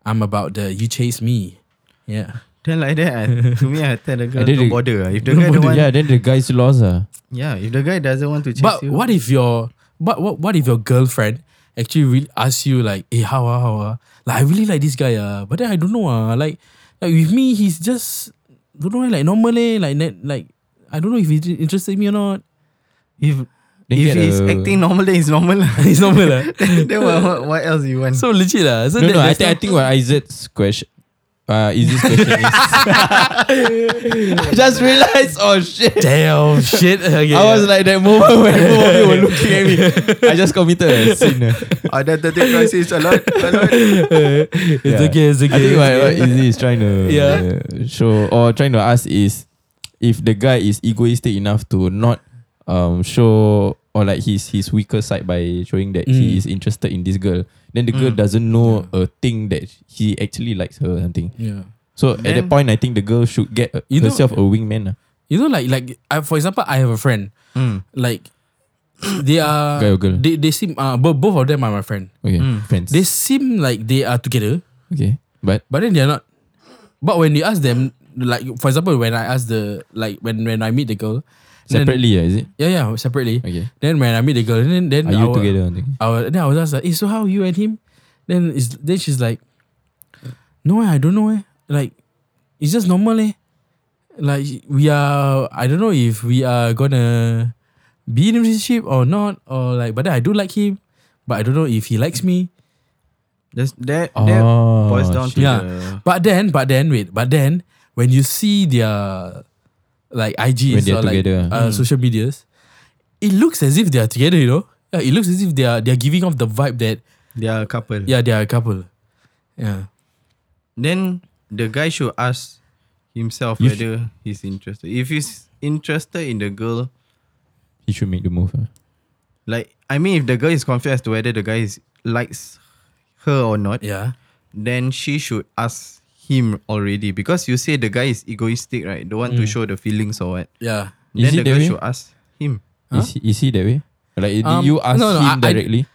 Speaker 2: I'm about the you chase me. Yeah.
Speaker 3: Then like that, I- to me, I tell the
Speaker 1: I
Speaker 3: girl
Speaker 1: did
Speaker 3: don't
Speaker 1: it.
Speaker 3: bother. ah. If the guy don't want,
Speaker 1: yeah. Then the guys lost. Uh.
Speaker 3: yeah, if the guy doesn't want to chase
Speaker 2: But
Speaker 3: you,
Speaker 2: what if your but what what if your girlfriend actually really asks you like, hey, how ah, how ah? Like I really like this guy ah, but then I don't know ah, like like with me he's just don't know, eh, like normal eh, like net, like I don't know if it interested me or not. If *laughs*
Speaker 1: Then get
Speaker 3: if he's
Speaker 1: a-
Speaker 3: acting normal, then it's normal. lah.
Speaker 2: it's normal eh? lah.
Speaker 3: *laughs* then what, what, what else you want?
Speaker 2: So legit lah. So
Speaker 1: No,
Speaker 2: that-
Speaker 1: no. I
Speaker 2: that's
Speaker 1: think I
Speaker 2: not-
Speaker 1: think what Isaac's question. Uh, is this question? is,
Speaker 3: *laughs*
Speaker 1: *laughs* I just realized. Oh shit!
Speaker 2: *laughs* Damn shit.
Speaker 1: *laughs*
Speaker 2: Okay,
Speaker 1: I was
Speaker 2: yeah.
Speaker 1: like that moment when both of you
Speaker 2: *laughs*
Speaker 1: were looking at me. I just committed a sin. uh.
Speaker 3: Identity crisis a lot. A lot.
Speaker 2: it's
Speaker 1: Yeah.
Speaker 2: okay, it's okay.
Speaker 1: I think
Speaker 2: it's
Speaker 1: what, what
Speaker 2: okay.
Speaker 1: Izzy is trying to
Speaker 2: Yeah.
Speaker 1: uh, show or trying to ask is if the guy is egoistic enough to not um show or like his his weaker side by showing that
Speaker 2: Mm.
Speaker 1: he is interested in this girl, then the girl doesn't know a thing that he actually likes her or something.
Speaker 2: yeah.
Speaker 1: So at that
Speaker 3: Then-
Speaker 1: point, I think the girl should get a-
Speaker 2: You know-
Speaker 1: herself a wingman. ah.
Speaker 2: You know, like like I, for example, I have a friend.
Speaker 3: Hmm.
Speaker 2: Like they are
Speaker 1: Guy or girl?
Speaker 2: They they seem uh both, both of them are my friend.
Speaker 1: Okay, friends.
Speaker 2: They seem like they are together,
Speaker 1: okay, but
Speaker 2: but then they're not. But when you ask them, like for example, when I ask the like when when I meet the girl, then-
Speaker 1: separately, ah, is it?
Speaker 2: yeah, yeah, separately.
Speaker 1: Okay.
Speaker 2: Then when I meet the girl, then
Speaker 1: Are
Speaker 2: then
Speaker 1: you
Speaker 2: our-
Speaker 1: together? or something?
Speaker 2: I was, then I was asked like, eh, so how you and him? Then is then she's like, no, eh, I don't know, eh. Like, it's just normal, eh. Like we are, I don't know if we are gonna be in a relationship or not, or like, but then I do like him, but I don't know if he likes me.
Speaker 3: That's, that that
Speaker 1: Oh,
Speaker 3: boils down to
Speaker 1: shit.
Speaker 2: Yeah.
Speaker 3: the-
Speaker 2: But then, but then, wait, but then when you see their like
Speaker 1: When
Speaker 2: IGs
Speaker 1: they're
Speaker 2: or like
Speaker 1: together. Mm.
Speaker 2: uh, social medias, it looks as if they are together, you know. Yeah, it looks as if they are they are giving off the vibe that
Speaker 3: they are a couple.
Speaker 2: yeah they are a couple. Yeah.
Speaker 3: Then the guy should ask himself
Speaker 1: You
Speaker 3: whether he's interested. If he's interested in the girl,
Speaker 1: He should make the move. ah.
Speaker 3: like I mean, if the girl is confused as to whether the guy is, likes her or not,
Speaker 2: Yeah.
Speaker 3: then she should ask him already because you say the guy is egoistic, right? Don't want to show the feelings or what.
Speaker 2: Yeah.
Speaker 1: Mm. Is
Speaker 3: then
Speaker 1: it
Speaker 3: the
Speaker 1: that
Speaker 3: girl
Speaker 1: way?
Speaker 3: should ask him.
Speaker 1: Is, he, is he that way? Like, did
Speaker 2: Um,
Speaker 1: you ask
Speaker 2: no, no,
Speaker 1: him
Speaker 2: I- I-
Speaker 1: directly?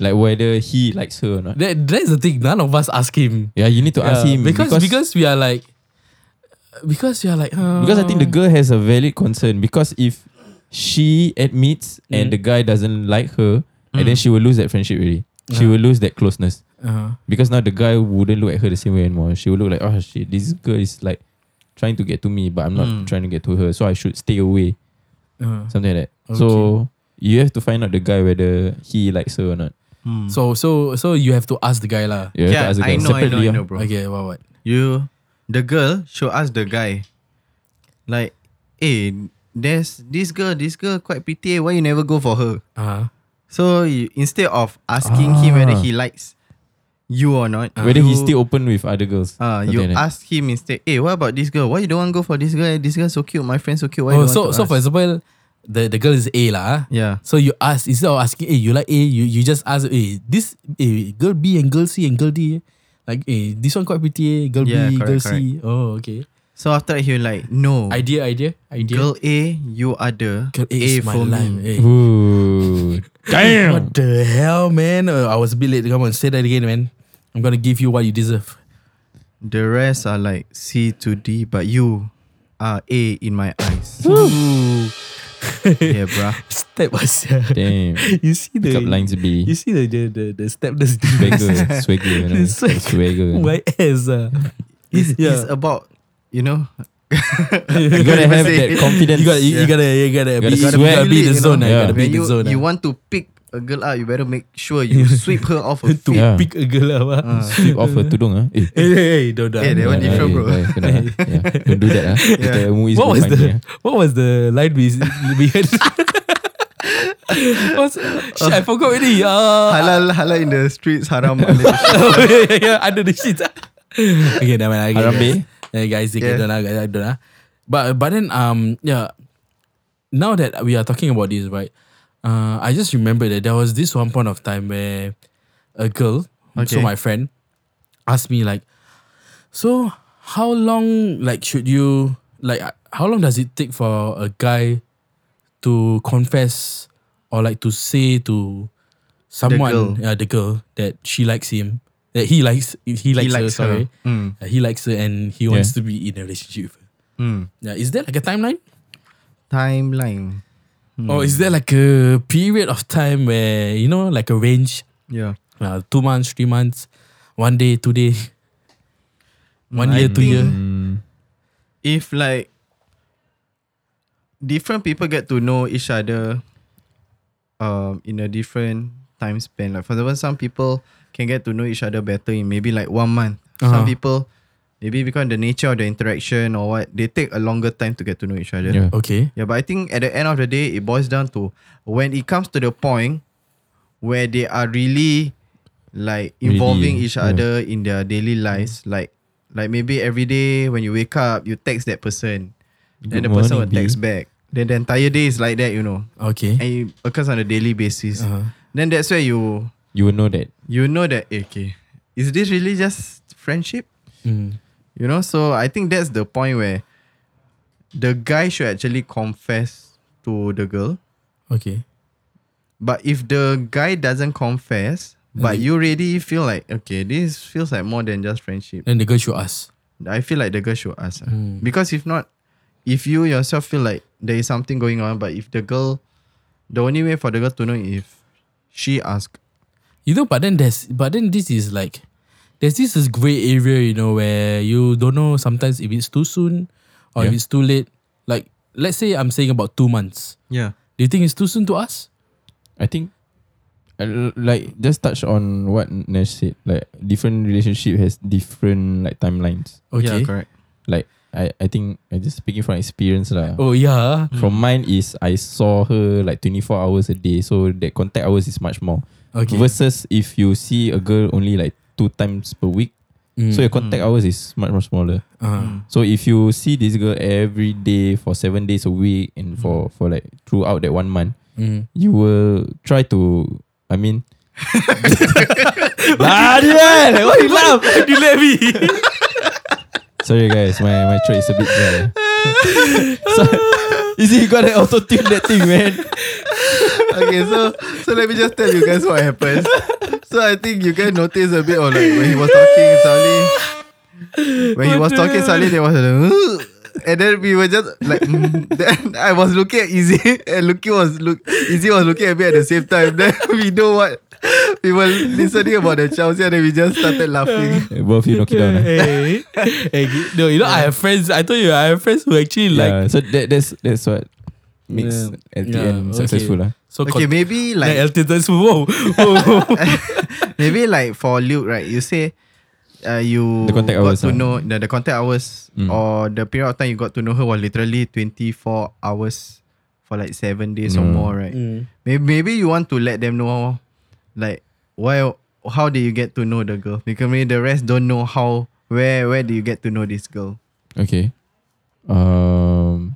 Speaker 1: like, whether he likes her or not?
Speaker 2: That, that's the thing. None of us ask him.
Speaker 1: yeah, you need to ask
Speaker 2: Yeah,
Speaker 1: him.
Speaker 2: because, because we are like because we are like uh,
Speaker 1: because I think the girl has a valid concern. Because if she admits
Speaker 2: Mm.
Speaker 1: and the guy doesn't like her, and then she will lose that friendship really. She will lose that closeness.
Speaker 2: uh,
Speaker 1: Because now the guy wouldn't look at her the same way anymore. She will look like, oh shit, this girl is like trying to get to me, but I'm not
Speaker 2: Mm.
Speaker 1: trying to get to her. So I should stay away.
Speaker 2: uh.
Speaker 1: Something like that. So you have to find out the guy whether he likes her or not.
Speaker 2: so so so you have to ask the guy lah.
Speaker 1: You have to ask the
Speaker 3: I
Speaker 1: guy
Speaker 3: know, I know,
Speaker 1: separately,
Speaker 3: I
Speaker 1: ah.
Speaker 3: know, bro.
Speaker 2: Okay, what what?
Speaker 3: You, the girl should ask the guy, like, hey, there's this girl, this girl quite pretty. eh? Why you never go for her?
Speaker 2: Uh-huh.
Speaker 3: So you, instead of asking him whether he likes you or not,
Speaker 1: Ah. Whether
Speaker 3: you,
Speaker 1: he's still open with other girls.
Speaker 3: Ah,
Speaker 1: Something
Speaker 3: you
Speaker 1: like that.
Speaker 3: ask him instead. Hey, what about this girl? Why you don't want to go for this girl? Eh, This girl so cute. My friend so cute. Why
Speaker 2: Oh,
Speaker 3: you don't
Speaker 2: so
Speaker 3: want to
Speaker 2: so for
Speaker 3: ask?"
Speaker 2: example, the, the girl is A lah. ah.
Speaker 3: yeah,
Speaker 2: So you ask instead of asking A, you like A, you, you just ask A this A girl B and girl C and girl D. eh, Like A, this one quite pretty, eh, girl
Speaker 3: Yeah,
Speaker 2: B,
Speaker 3: correct,
Speaker 2: girl C. Oh, okay.
Speaker 3: so after that, he was like, no,
Speaker 2: Idea, idea, idea.
Speaker 3: girl A, you are the
Speaker 2: Girl A, is my
Speaker 3: for
Speaker 2: life.
Speaker 3: me.
Speaker 2: eh.
Speaker 1: Ooh. Damn.
Speaker 2: What the hell, man? Uh, I was a bit late. Come on, say that again, man. I'm gonna give you what you
Speaker 1: *laughs*
Speaker 2: deserve.
Speaker 3: The rest are like C to D, but you are A in my eyes. *laughs* yeah, bruh.
Speaker 2: *laughs* Step us. yeah.
Speaker 3: *laughs*
Speaker 1: Damn.
Speaker 2: *laughs* You see the
Speaker 1: Cup lines
Speaker 2: You
Speaker 1: B.
Speaker 2: see the the the, the step that's
Speaker 3: *laughs*
Speaker 1: Swagger. Swagger. you
Speaker 2: *laughs*
Speaker 1: know,
Speaker 2: Swag-
Speaker 1: Swagger.
Speaker 2: Why ass? Uh.
Speaker 3: It's,
Speaker 2: Yeah. *laughs*
Speaker 3: it's about you know.
Speaker 1: You gotta have
Speaker 3: *laughs*
Speaker 1: that confidence.
Speaker 2: You gotta you, you
Speaker 3: Yeah.
Speaker 2: gotta you gotta,
Speaker 1: Gotta
Speaker 2: be,
Speaker 1: swag.
Speaker 2: you gotta be in the
Speaker 3: Feel it, you
Speaker 2: zone.
Speaker 3: know?
Speaker 2: Yeah.
Speaker 1: Yeah.
Speaker 2: You gotta be
Speaker 3: When
Speaker 2: in the
Speaker 3: you,
Speaker 2: zone.
Speaker 3: you
Speaker 2: ah.
Speaker 3: want to pick a girl out, you better make sure you sweep her off her
Speaker 2: *laughs* to
Speaker 3: feet.
Speaker 1: Yeah.
Speaker 2: pick a girl up. ah.
Speaker 1: Sweep off her tudung. ah. Eh.
Speaker 2: *laughs* Hey, hey, hey, don't
Speaker 3: Eh, that
Speaker 2: die.
Speaker 3: one
Speaker 1: Yeah,
Speaker 3: different,
Speaker 1: yeah,
Speaker 3: bro.
Speaker 1: guys,
Speaker 3: *laughs*
Speaker 1: kena, ah. Yeah. Don't do that. ah. Later MUIS
Speaker 2: What
Speaker 1: will
Speaker 2: was
Speaker 1: find me,
Speaker 2: the
Speaker 1: ah.
Speaker 2: *laughs* what was the line we we *laughs* had? What's, shit, I forgot already. Uh,
Speaker 3: Halal, halal in the streets, haram. on
Speaker 2: *laughs*
Speaker 3: the streets.
Speaker 2: yeah, yeah, yeah, under the sheets. okay, never mind. Okay,
Speaker 1: Harambe.
Speaker 2: Yeah, guys, okay,
Speaker 3: Yeah.
Speaker 2: don't know, guys, I don't know. But but then um yeah, now that we are talking about this, right? Uh, I just remember that there was this one point of time where a girl, so
Speaker 3: Okay.
Speaker 2: my friend, asked me like, so how long like should you like uh, how long does it take for a guy to confess or like to say to someone
Speaker 3: girl.
Speaker 2: yeah, the girl that she likes him, that he likes, he likes,
Speaker 3: likes
Speaker 2: her,
Speaker 3: her.
Speaker 2: Sorry, Uh, he likes her, and he wants to be in a relationship with her. Yeah, is there like a timeline,
Speaker 3: mm. Timeline. Hmm. Mm,
Speaker 2: or Oh, is there like a period of time where you know, like a range,
Speaker 3: Yeah.
Speaker 2: uh, two months, three months, one day, two day, one
Speaker 3: Hmm, I
Speaker 2: year, two year?
Speaker 1: Mm,
Speaker 3: if like different people get to know each other um in a different time span. Like for example, some people can get to know each other better in maybe like one month.
Speaker 2: Uh-huh.
Speaker 3: Some people maybe because the nature of the interaction or what, they take a longer time to get to know each other.
Speaker 1: Yeah.
Speaker 2: Okay.
Speaker 3: Yeah, but I think at the end of the day, it boils down to when it comes to the point where they are really like
Speaker 1: Really,
Speaker 3: involving each
Speaker 1: yeah. Mm.
Speaker 3: other in their daily lives. Like, like maybe every day when you wake up, you text that person, then
Speaker 1: Good
Speaker 3: the person
Speaker 1: morning,
Speaker 3: will text
Speaker 1: B.
Speaker 3: back. Then the entire day is like that, you know,
Speaker 2: Okay.
Speaker 3: and it occurs on a daily basis.
Speaker 2: Uh-huh.
Speaker 3: Then that's where you
Speaker 1: You will know that.
Speaker 3: you know that eh, okay, is this really just friendship?
Speaker 2: Mm.
Speaker 3: You know, so I think that's the point where the guy should actually confess to the girl.
Speaker 2: Okay.
Speaker 3: But if the guy doesn't confess, but
Speaker 2: Okay.
Speaker 3: you really feel like okay, this feels like more than just friendship.
Speaker 2: Then the girl should ask.
Speaker 3: I feel like the girl should ask. ah.
Speaker 2: Mm.
Speaker 3: Because if not, if you yourself feel like there is something going on, but if the girl the only way for the girl to know if she ask.
Speaker 2: You know, but then there's but then this is like there's this is grey area, you know, where you don't know sometimes if it's too soon or if
Speaker 1: Yeah.
Speaker 2: it's too late. Like let's say I'm saying about two months.
Speaker 3: Yeah.
Speaker 2: Do you think it's too soon to ask?
Speaker 1: I think uh, like just touch on what Nash said. Like different relationship has different like timelines.
Speaker 3: Yeah,
Speaker 2: Okay.
Speaker 3: correct.
Speaker 1: Like I, I think I just speaking from experience lah.
Speaker 2: oh yeah.
Speaker 1: From mine is I saw her like 24 hours a day, so that contact hours is much more.
Speaker 2: Okay.
Speaker 1: Versus if you see a girl only like two times per week,
Speaker 2: Mm.
Speaker 1: so your contact hours is much more smaller.
Speaker 2: Uh-huh.
Speaker 1: So if you see this girl every day for seven days a week and for for like throughout that one month,
Speaker 2: Mm.
Speaker 1: you will try to. I mean, bloody hell! Why you laugh? *laughs*
Speaker 2: you let me.
Speaker 1: Sorry guys, my my throat is a bit dry. *laughs* so, you see, you gotta auto tune that thing, man.
Speaker 3: okay, so so let me just tell you guys what happens. So I think you guys notice a bit of like when he was talking suddenly when he was talking suddenly there was a "Ugh," and then we were just like mm. then I was looking at Izzy and Lucky was look Izzy was looking at me at the same time. Then we know what we were listening about the Chelsea and then we just started laughing.
Speaker 1: Both you knock it down. eh?
Speaker 2: hey, *laughs* hey, no, you know I have friends. I told you I have friends who actually like
Speaker 1: yeah, so that, that's that's what makes at the
Speaker 2: Yeah,
Speaker 1: end
Speaker 2: okay.
Speaker 1: successful ah. lah.
Speaker 2: so
Speaker 3: Okay,
Speaker 2: con-
Speaker 3: maybe
Speaker 2: like
Speaker 3: like
Speaker 2: Elton Whoa, whoa.
Speaker 1: *laughs*
Speaker 3: maybe like for Luke, right? You say uh, you
Speaker 1: The contact
Speaker 3: got
Speaker 1: hours, ah.
Speaker 3: to know the, the contact hours
Speaker 1: Mm.
Speaker 3: or the period of time you got to know her was literally twenty four hours for like seven days or
Speaker 1: Mm.
Speaker 3: more, right? Maybe, maybe you want to let them know like why how did you get to know the girl? Because maybe the rest don't know how where where do you get to know this girl?
Speaker 1: Okay. Um,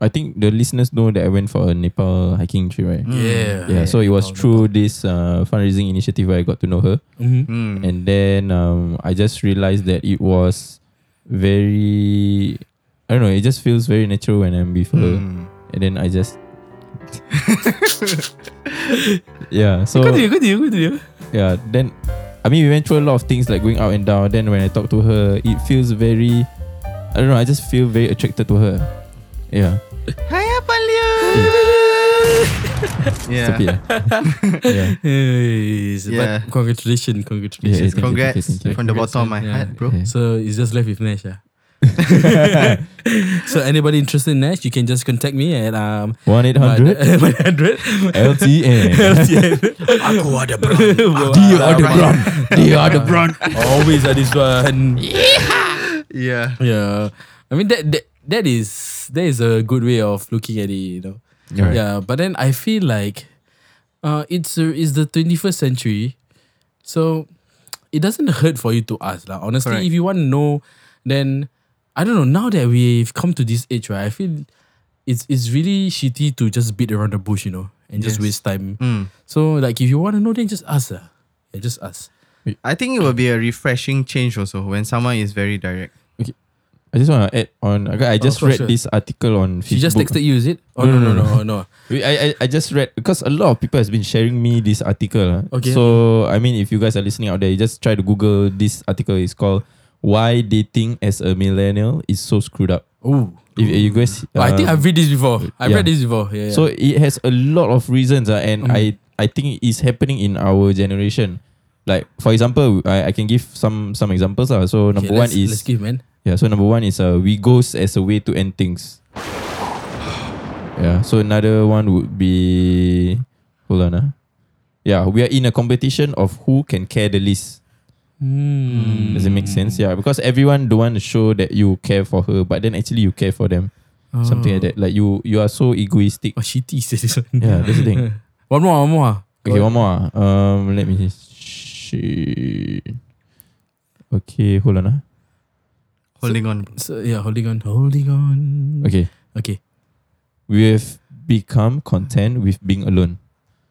Speaker 1: I think the listeners know that I went for a Nepal hiking trip, right?
Speaker 3: Hmm.
Speaker 2: yeah,
Speaker 1: Mm. Yeah, so it was
Speaker 2: Mm. Nepal,
Speaker 1: through this uh, fundraising initiative where I got to know her.
Speaker 2: Mhm.
Speaker 3: Mm.
Speaker 1: And then um, I just realized that it was very, I don't know, it just feels very natural when I'm with her.
Speaker 3: Mm.
Speaker 1: And then I
Speaker 2: *laughs*
Speaker 1: just. yeah, so.
Speaker 2: Continue, continue, continue.
Speaker 1: yeah then i mean we went through a lot of things like going out and down then when i talk to her it feels very i don't know i just feel very attracted to her yeah
Speaker 3: Hi, Apalia.
Speaker 1: it's a
Speaker 3: *laughs* Yeah.
Speaker 1: bit, yeah. *laughs* yeah
Speaker 2: Yes,
Speaker 3: Yeah.
Speaker 2: but congratulations,
Speaker 1: Yeah, thank you,
Speaker 2: congratulations.
Speaker 1: thank you,
Speaker 3: Congrats
Speaker 1: thank you.
Speaker 3: from the bottom of my
Speaker 2: Yeah.
Speaker 3: heart, bro.
Speaker 1: Yeah.
Speaker 2: So it's just left with *laughs* Nash. ah. so anybody interested in Nash, you can just contact me at um *laughs*
Speaker 1: 1-800
Speaker 2: one hundred *laughs*
Speaker 1: LTN
Speaker 2: Aku ada *laughs* brand. Dia ada brand. Ah, *laughs* Dia ada brand. Always ada this one.
Speaker 3: Yeah.
Speaker 2: Yeah. I mean that that that is that is a good way of looking at it, you know.
Speaker 1: Right.
Speaker 2: Yeah, but then I feel like uh it's a, it's the 21st century. So it doesn't hurt for you to ask lah. Honestly,
Speaker 3: Correct.
Speaker 2: if you want to know then I don't know, now that we've come to this age, right? I feel it's it's really shitty to just beat around the bush, you know, and just
Speaker 3: Yes.
Speaker 2: waste time.
Speaker 3: Mm.
Speaker 2: So like if you want to know then just ask lah. Yeah, just ask.
Speaker 3: I think it will be a refreshing change also when someone is very direct.
Speaker 1: i just want to add on okay, i just
Speaker 2: Oh, for
Speaker 1: read
Speaker 2: sure.
Speaker 1: this article on
Speaker 2: She just
Speaker 1: Facebook.
Speaker 2: texted you, is it? Oh
Speaker 1: No, no,
Speaker 2: no no no
Speaker 1: no,
Speaker 3: Hmm.
Speaker 2: no. no.
Speaker 1: We- I, I, I just read because a lot of people has been sharing me this article. ah.
Speaker 2: Okay.
Speaker 1: So I mean, if you guys are listening out there, you just try to Google this article. It's called "Why Dating as a Millennial is So Screwed Up."
Speaker 2: Ooh.
Speaker 1: If you guys,
Speaker 2: Oh, I think
Speaker 1: um,
Speaker 2: I've read this before. I've
Speaker 1: yeah.
Speaker 2: read this before. Yeah. yeah.
Speaker 1: so it has a lot of reasons, ah, and
Speaker 2: Mm.
Speaker 1: I I think it's happening in our generation. Like for example, I, I can give some some examples. Uh. So
Speaker 2: Okay,
Speaker 1: number one
Speaker 2: let's-
Speaker 1: is
Speaker 2: let's give man.
Speaker 1: Yeah, so number one is uh, we goes as a way to end things. Yeah, so another one would be hold on. Uh. Yeah, we are in a competition of who can care the least.
Speaker 2: Hmm.
Speaker 1: Does it make sense? Yeah, because everyone don't want to show that you care for her, but then actually you care for them. Something like that. Like you you are so egoistic.
Speaker 2: Oh, shitty is this one.
Speaker 1: Yeah, that's the thing.
Speaker 2: One more, one more.
Speaker 1: Okay, one more. ah. Um, let me just shit. Okay, hold on. ah.
Speaker 3: Holding on.
Speaker 2: So, yeah, holding on, holding on.
Speaker 1: Okay,
Speaker 2: Okay.
Speaker 1: we have become content with being alone.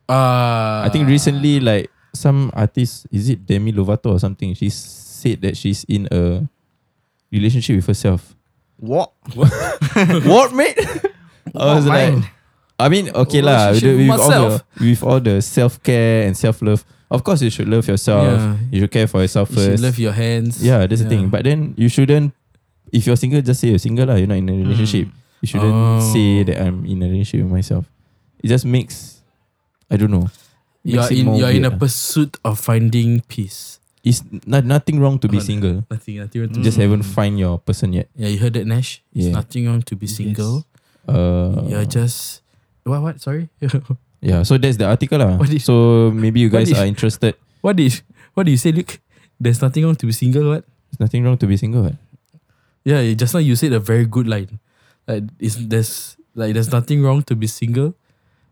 Speaker 2: Uh,
Speaker 1: I think recently, like some artist, is it Demi Lovato or something? She said that she's in a relationship with herself.
Speaker 2: *laughs*
Speaker 3: What?
Speaker 1: what mate? I was
Speaker 3: What,
Speaker 1: like,
Speaker 3: man?
Speaker 1: I mean, okay lah. With,
Speaker 2: Relationship with
Speaker 1: with all the
Speaker 2: myself.
Speaker 1: with all the self care and self love, of course you should love yourself.
Speaker 2: Yeah.
Speaker 1: You should care for yourself
Speaker 2: you
Speaker 1: first.
Speaker 2: should love your hands.
Speaker 1: Yeah, that's the thing. But then you shouldn't. If you're single, just say you're single lah. You're not in a relationship. You shouldn't
Speaker 2: Hmm. Oh.
Speaker 1: say that I'm in a relationship with myself. It just makes, I don't know.
Speaker 2: you are
Speaker 1: makes it
Speaker 2: in
Speaker 1: more
Speaker 2: you are in a
Speaker 1: weird, ah.
Speaker 2: pursuit of finding peace.
Speaker 1: It's not nothing wrong to be
Speaker 2: Oh, no.
Speaker 1: single.
Speaker 2: Nothing, nothing wrong to
Speaker 1: You just haven't find your person yet.
Speaker 2: Yeah, you heard that, Nash. It's
Speaker 1: Yeah.
Speaker 2: nothing wrong to be single.
Speaker 1: Uh,
Speaker 2: You're just what? What? Sorry. *laughs*
Speaker 1: yeah. So that's the article lah.
Speaker 2: What did-
Speaker 1: So maybe you
Speaker 2: what
Speaker 1: guys
Speaker 2: did-
Speaker 1: are interested.
Speaker 2: what did What do you say, Luke? There's nothing wrong to be single. What?
Speaker 1: There's nothing wrong to be single. Right?
Speaker 2: Yeah, you- just now you said a very good line. Like it's there's like there's nothing wrong to be single.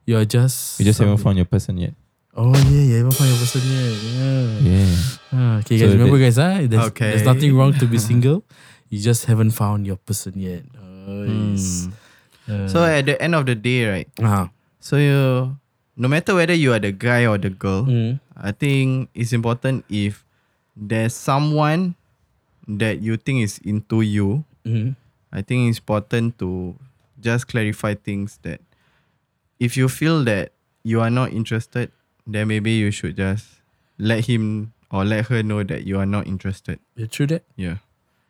Speaker 2: You're just
Speaker 1: You just haven't found
Speaker 2: something-
Speaker 1: your person yet.
Speaker 2: Oh yeah, you haven't found your person yet. Yeah.
Speaker 1: Yeah.
Speaker 2: Ah, okay,
Speaker 1: So
Speaker 2: guys, remember,
Speaker 1: that-
Speaker 2: guys, ah, there's,
Speaker 3: Okay.
Speaker 2: there's nothing wrong
Speaker 1: *laughs*
Speaker 2: to be single. You just haven't found your person yet. Oh, yes.
Speaker 1: Hmm.
Speaker 2: Uh,
Speaker 3: Hmm. So at the end of the day, right?
Speaker 2: ah.
Speaker 3: So you, no matter whether you are the guy or the girl,
Speaker 2: Mm.
Speaker 3: I think it's important if there's someone that you think is into you.
Speaker 2: Mm.
Speaker 3: I think it's important to just clarify things that if you feel that you are not interested, then maybe you should just let him or let her know that you are not interested.
Speaker 2: You true that?
Speaker 3: Yeah.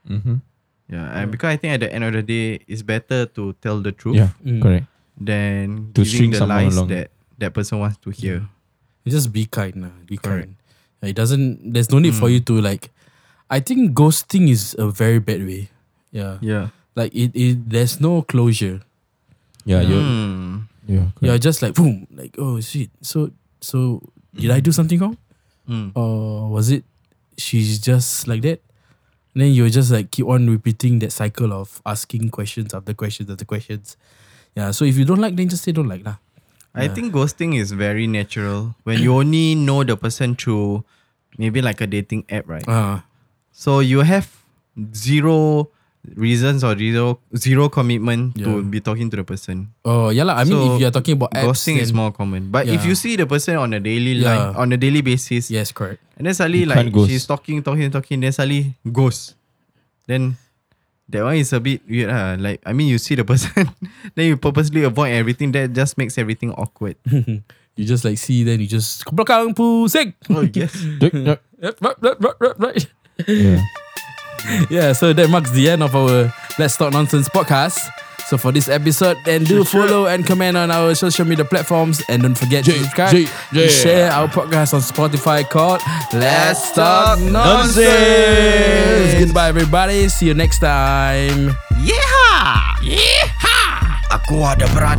Speaker 1: Mm-hmm.
Speaker 3: Yeah. And because I think at the end of the day, it's better to tell the truth
Speaker 1: Yeah.
Speaker 2: Mm.
Speaker 1: Correct.
Speaker 3: than
Speaker 1: To string
Speaker 3: giving the
Speaker 1: someone
Speaker 3: lies
Speaker 1: along.
Speaker 3: that that person wants to hear.
Speaker 2: Just be kind. ah, Be
Speaker 3: Correct.
Speaker 2: kind. It doesn't, there's no need for you to like, I think ghosting is a very bad way. Yeah.
Speaker 3: Yeah.
Speaker 2: Like, it, it there's no closure.
Speaker 1: Yeah. You.
Speaker 3: Hmm.
Speaker 1: Yeah.
Speaker 2: Mm. You're
Speaker 1: Correct.
Speaker 2: just like, boom, like, oh, shit. So, so, did I do something wrong?
Speaker 3: Hmm.
Speaker 1: Oh,
Speaker 2: or was it she's just like that? And then you just like keep on repeating that cycle of asking questions after questions after questions. Yeah. So if you don't like, then just say don't like lah.
Speaker 3: I think ghosting is very natural when you only know the person through maybe like a dating app, right?
Speaker 2: Ah,
Speaker 3: So you have zero reasons or zero zero commitment
Speaker 2: Yeah.
Speaker 3: to be talking to the person.
Speaker 2: oh yeah lah. I mean,
Speaker 3: So,
Speaker 2: if you are talking about apps,
Speaker 3: Ghosting is
Speaker 2: then-
Speaker 3: more common. But if
Speaker 2: Yeah.
Speaker 3: you see the person on a daily
Speaker 2: Yeah.
Speaker 3: line on a daily basis,
Speaker 2: Yes, correct.
Speaker 3: and then suddenly
Speaker 1: You
Speaker 3: like
Speaker 1: can't ghost.
Speaker 3: she's talking, talking, talking, then suddenly ghost. Then that one is a bit weird, huh? Like I mean you see the person, *laughs* then you purposely avoid everything, that just makes everything awkward.
Speaker 2: *laughs* You just like see, then you just *laughs* belakang pusing.
Speaker 3: oh yes.
Speaker 1: Yeah.
Speaker 2: Yep, right, right, right, right, right.
Speaker 1: yeah.
Speaker 2: yeah. So that marks the end of our Let's Talk Nonsense podcast. So for this episode, then do follow and comment on our social media platforms, and don't forget to subscribe.
Speaker 1: J-
Speaker 2: and
Speaker 1: yeah.
Speaker 2: Share our podcast on Spotify called Let's
Speaker 3: Let's
Speaker 2: Talk
Speaker 3: Talk
Speaker 2: Nonsense.
Speaker 3: Nonsense.
Speaker 2: Goodbye, everybody. See you next time.
Speaker 3: Yeah! Aku ada peran.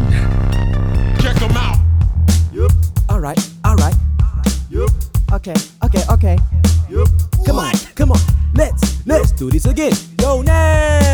Speaker 4: Alright, alright. Okay, okay, okay. Come on, come on. Let's let's do this again. Yo, Nash!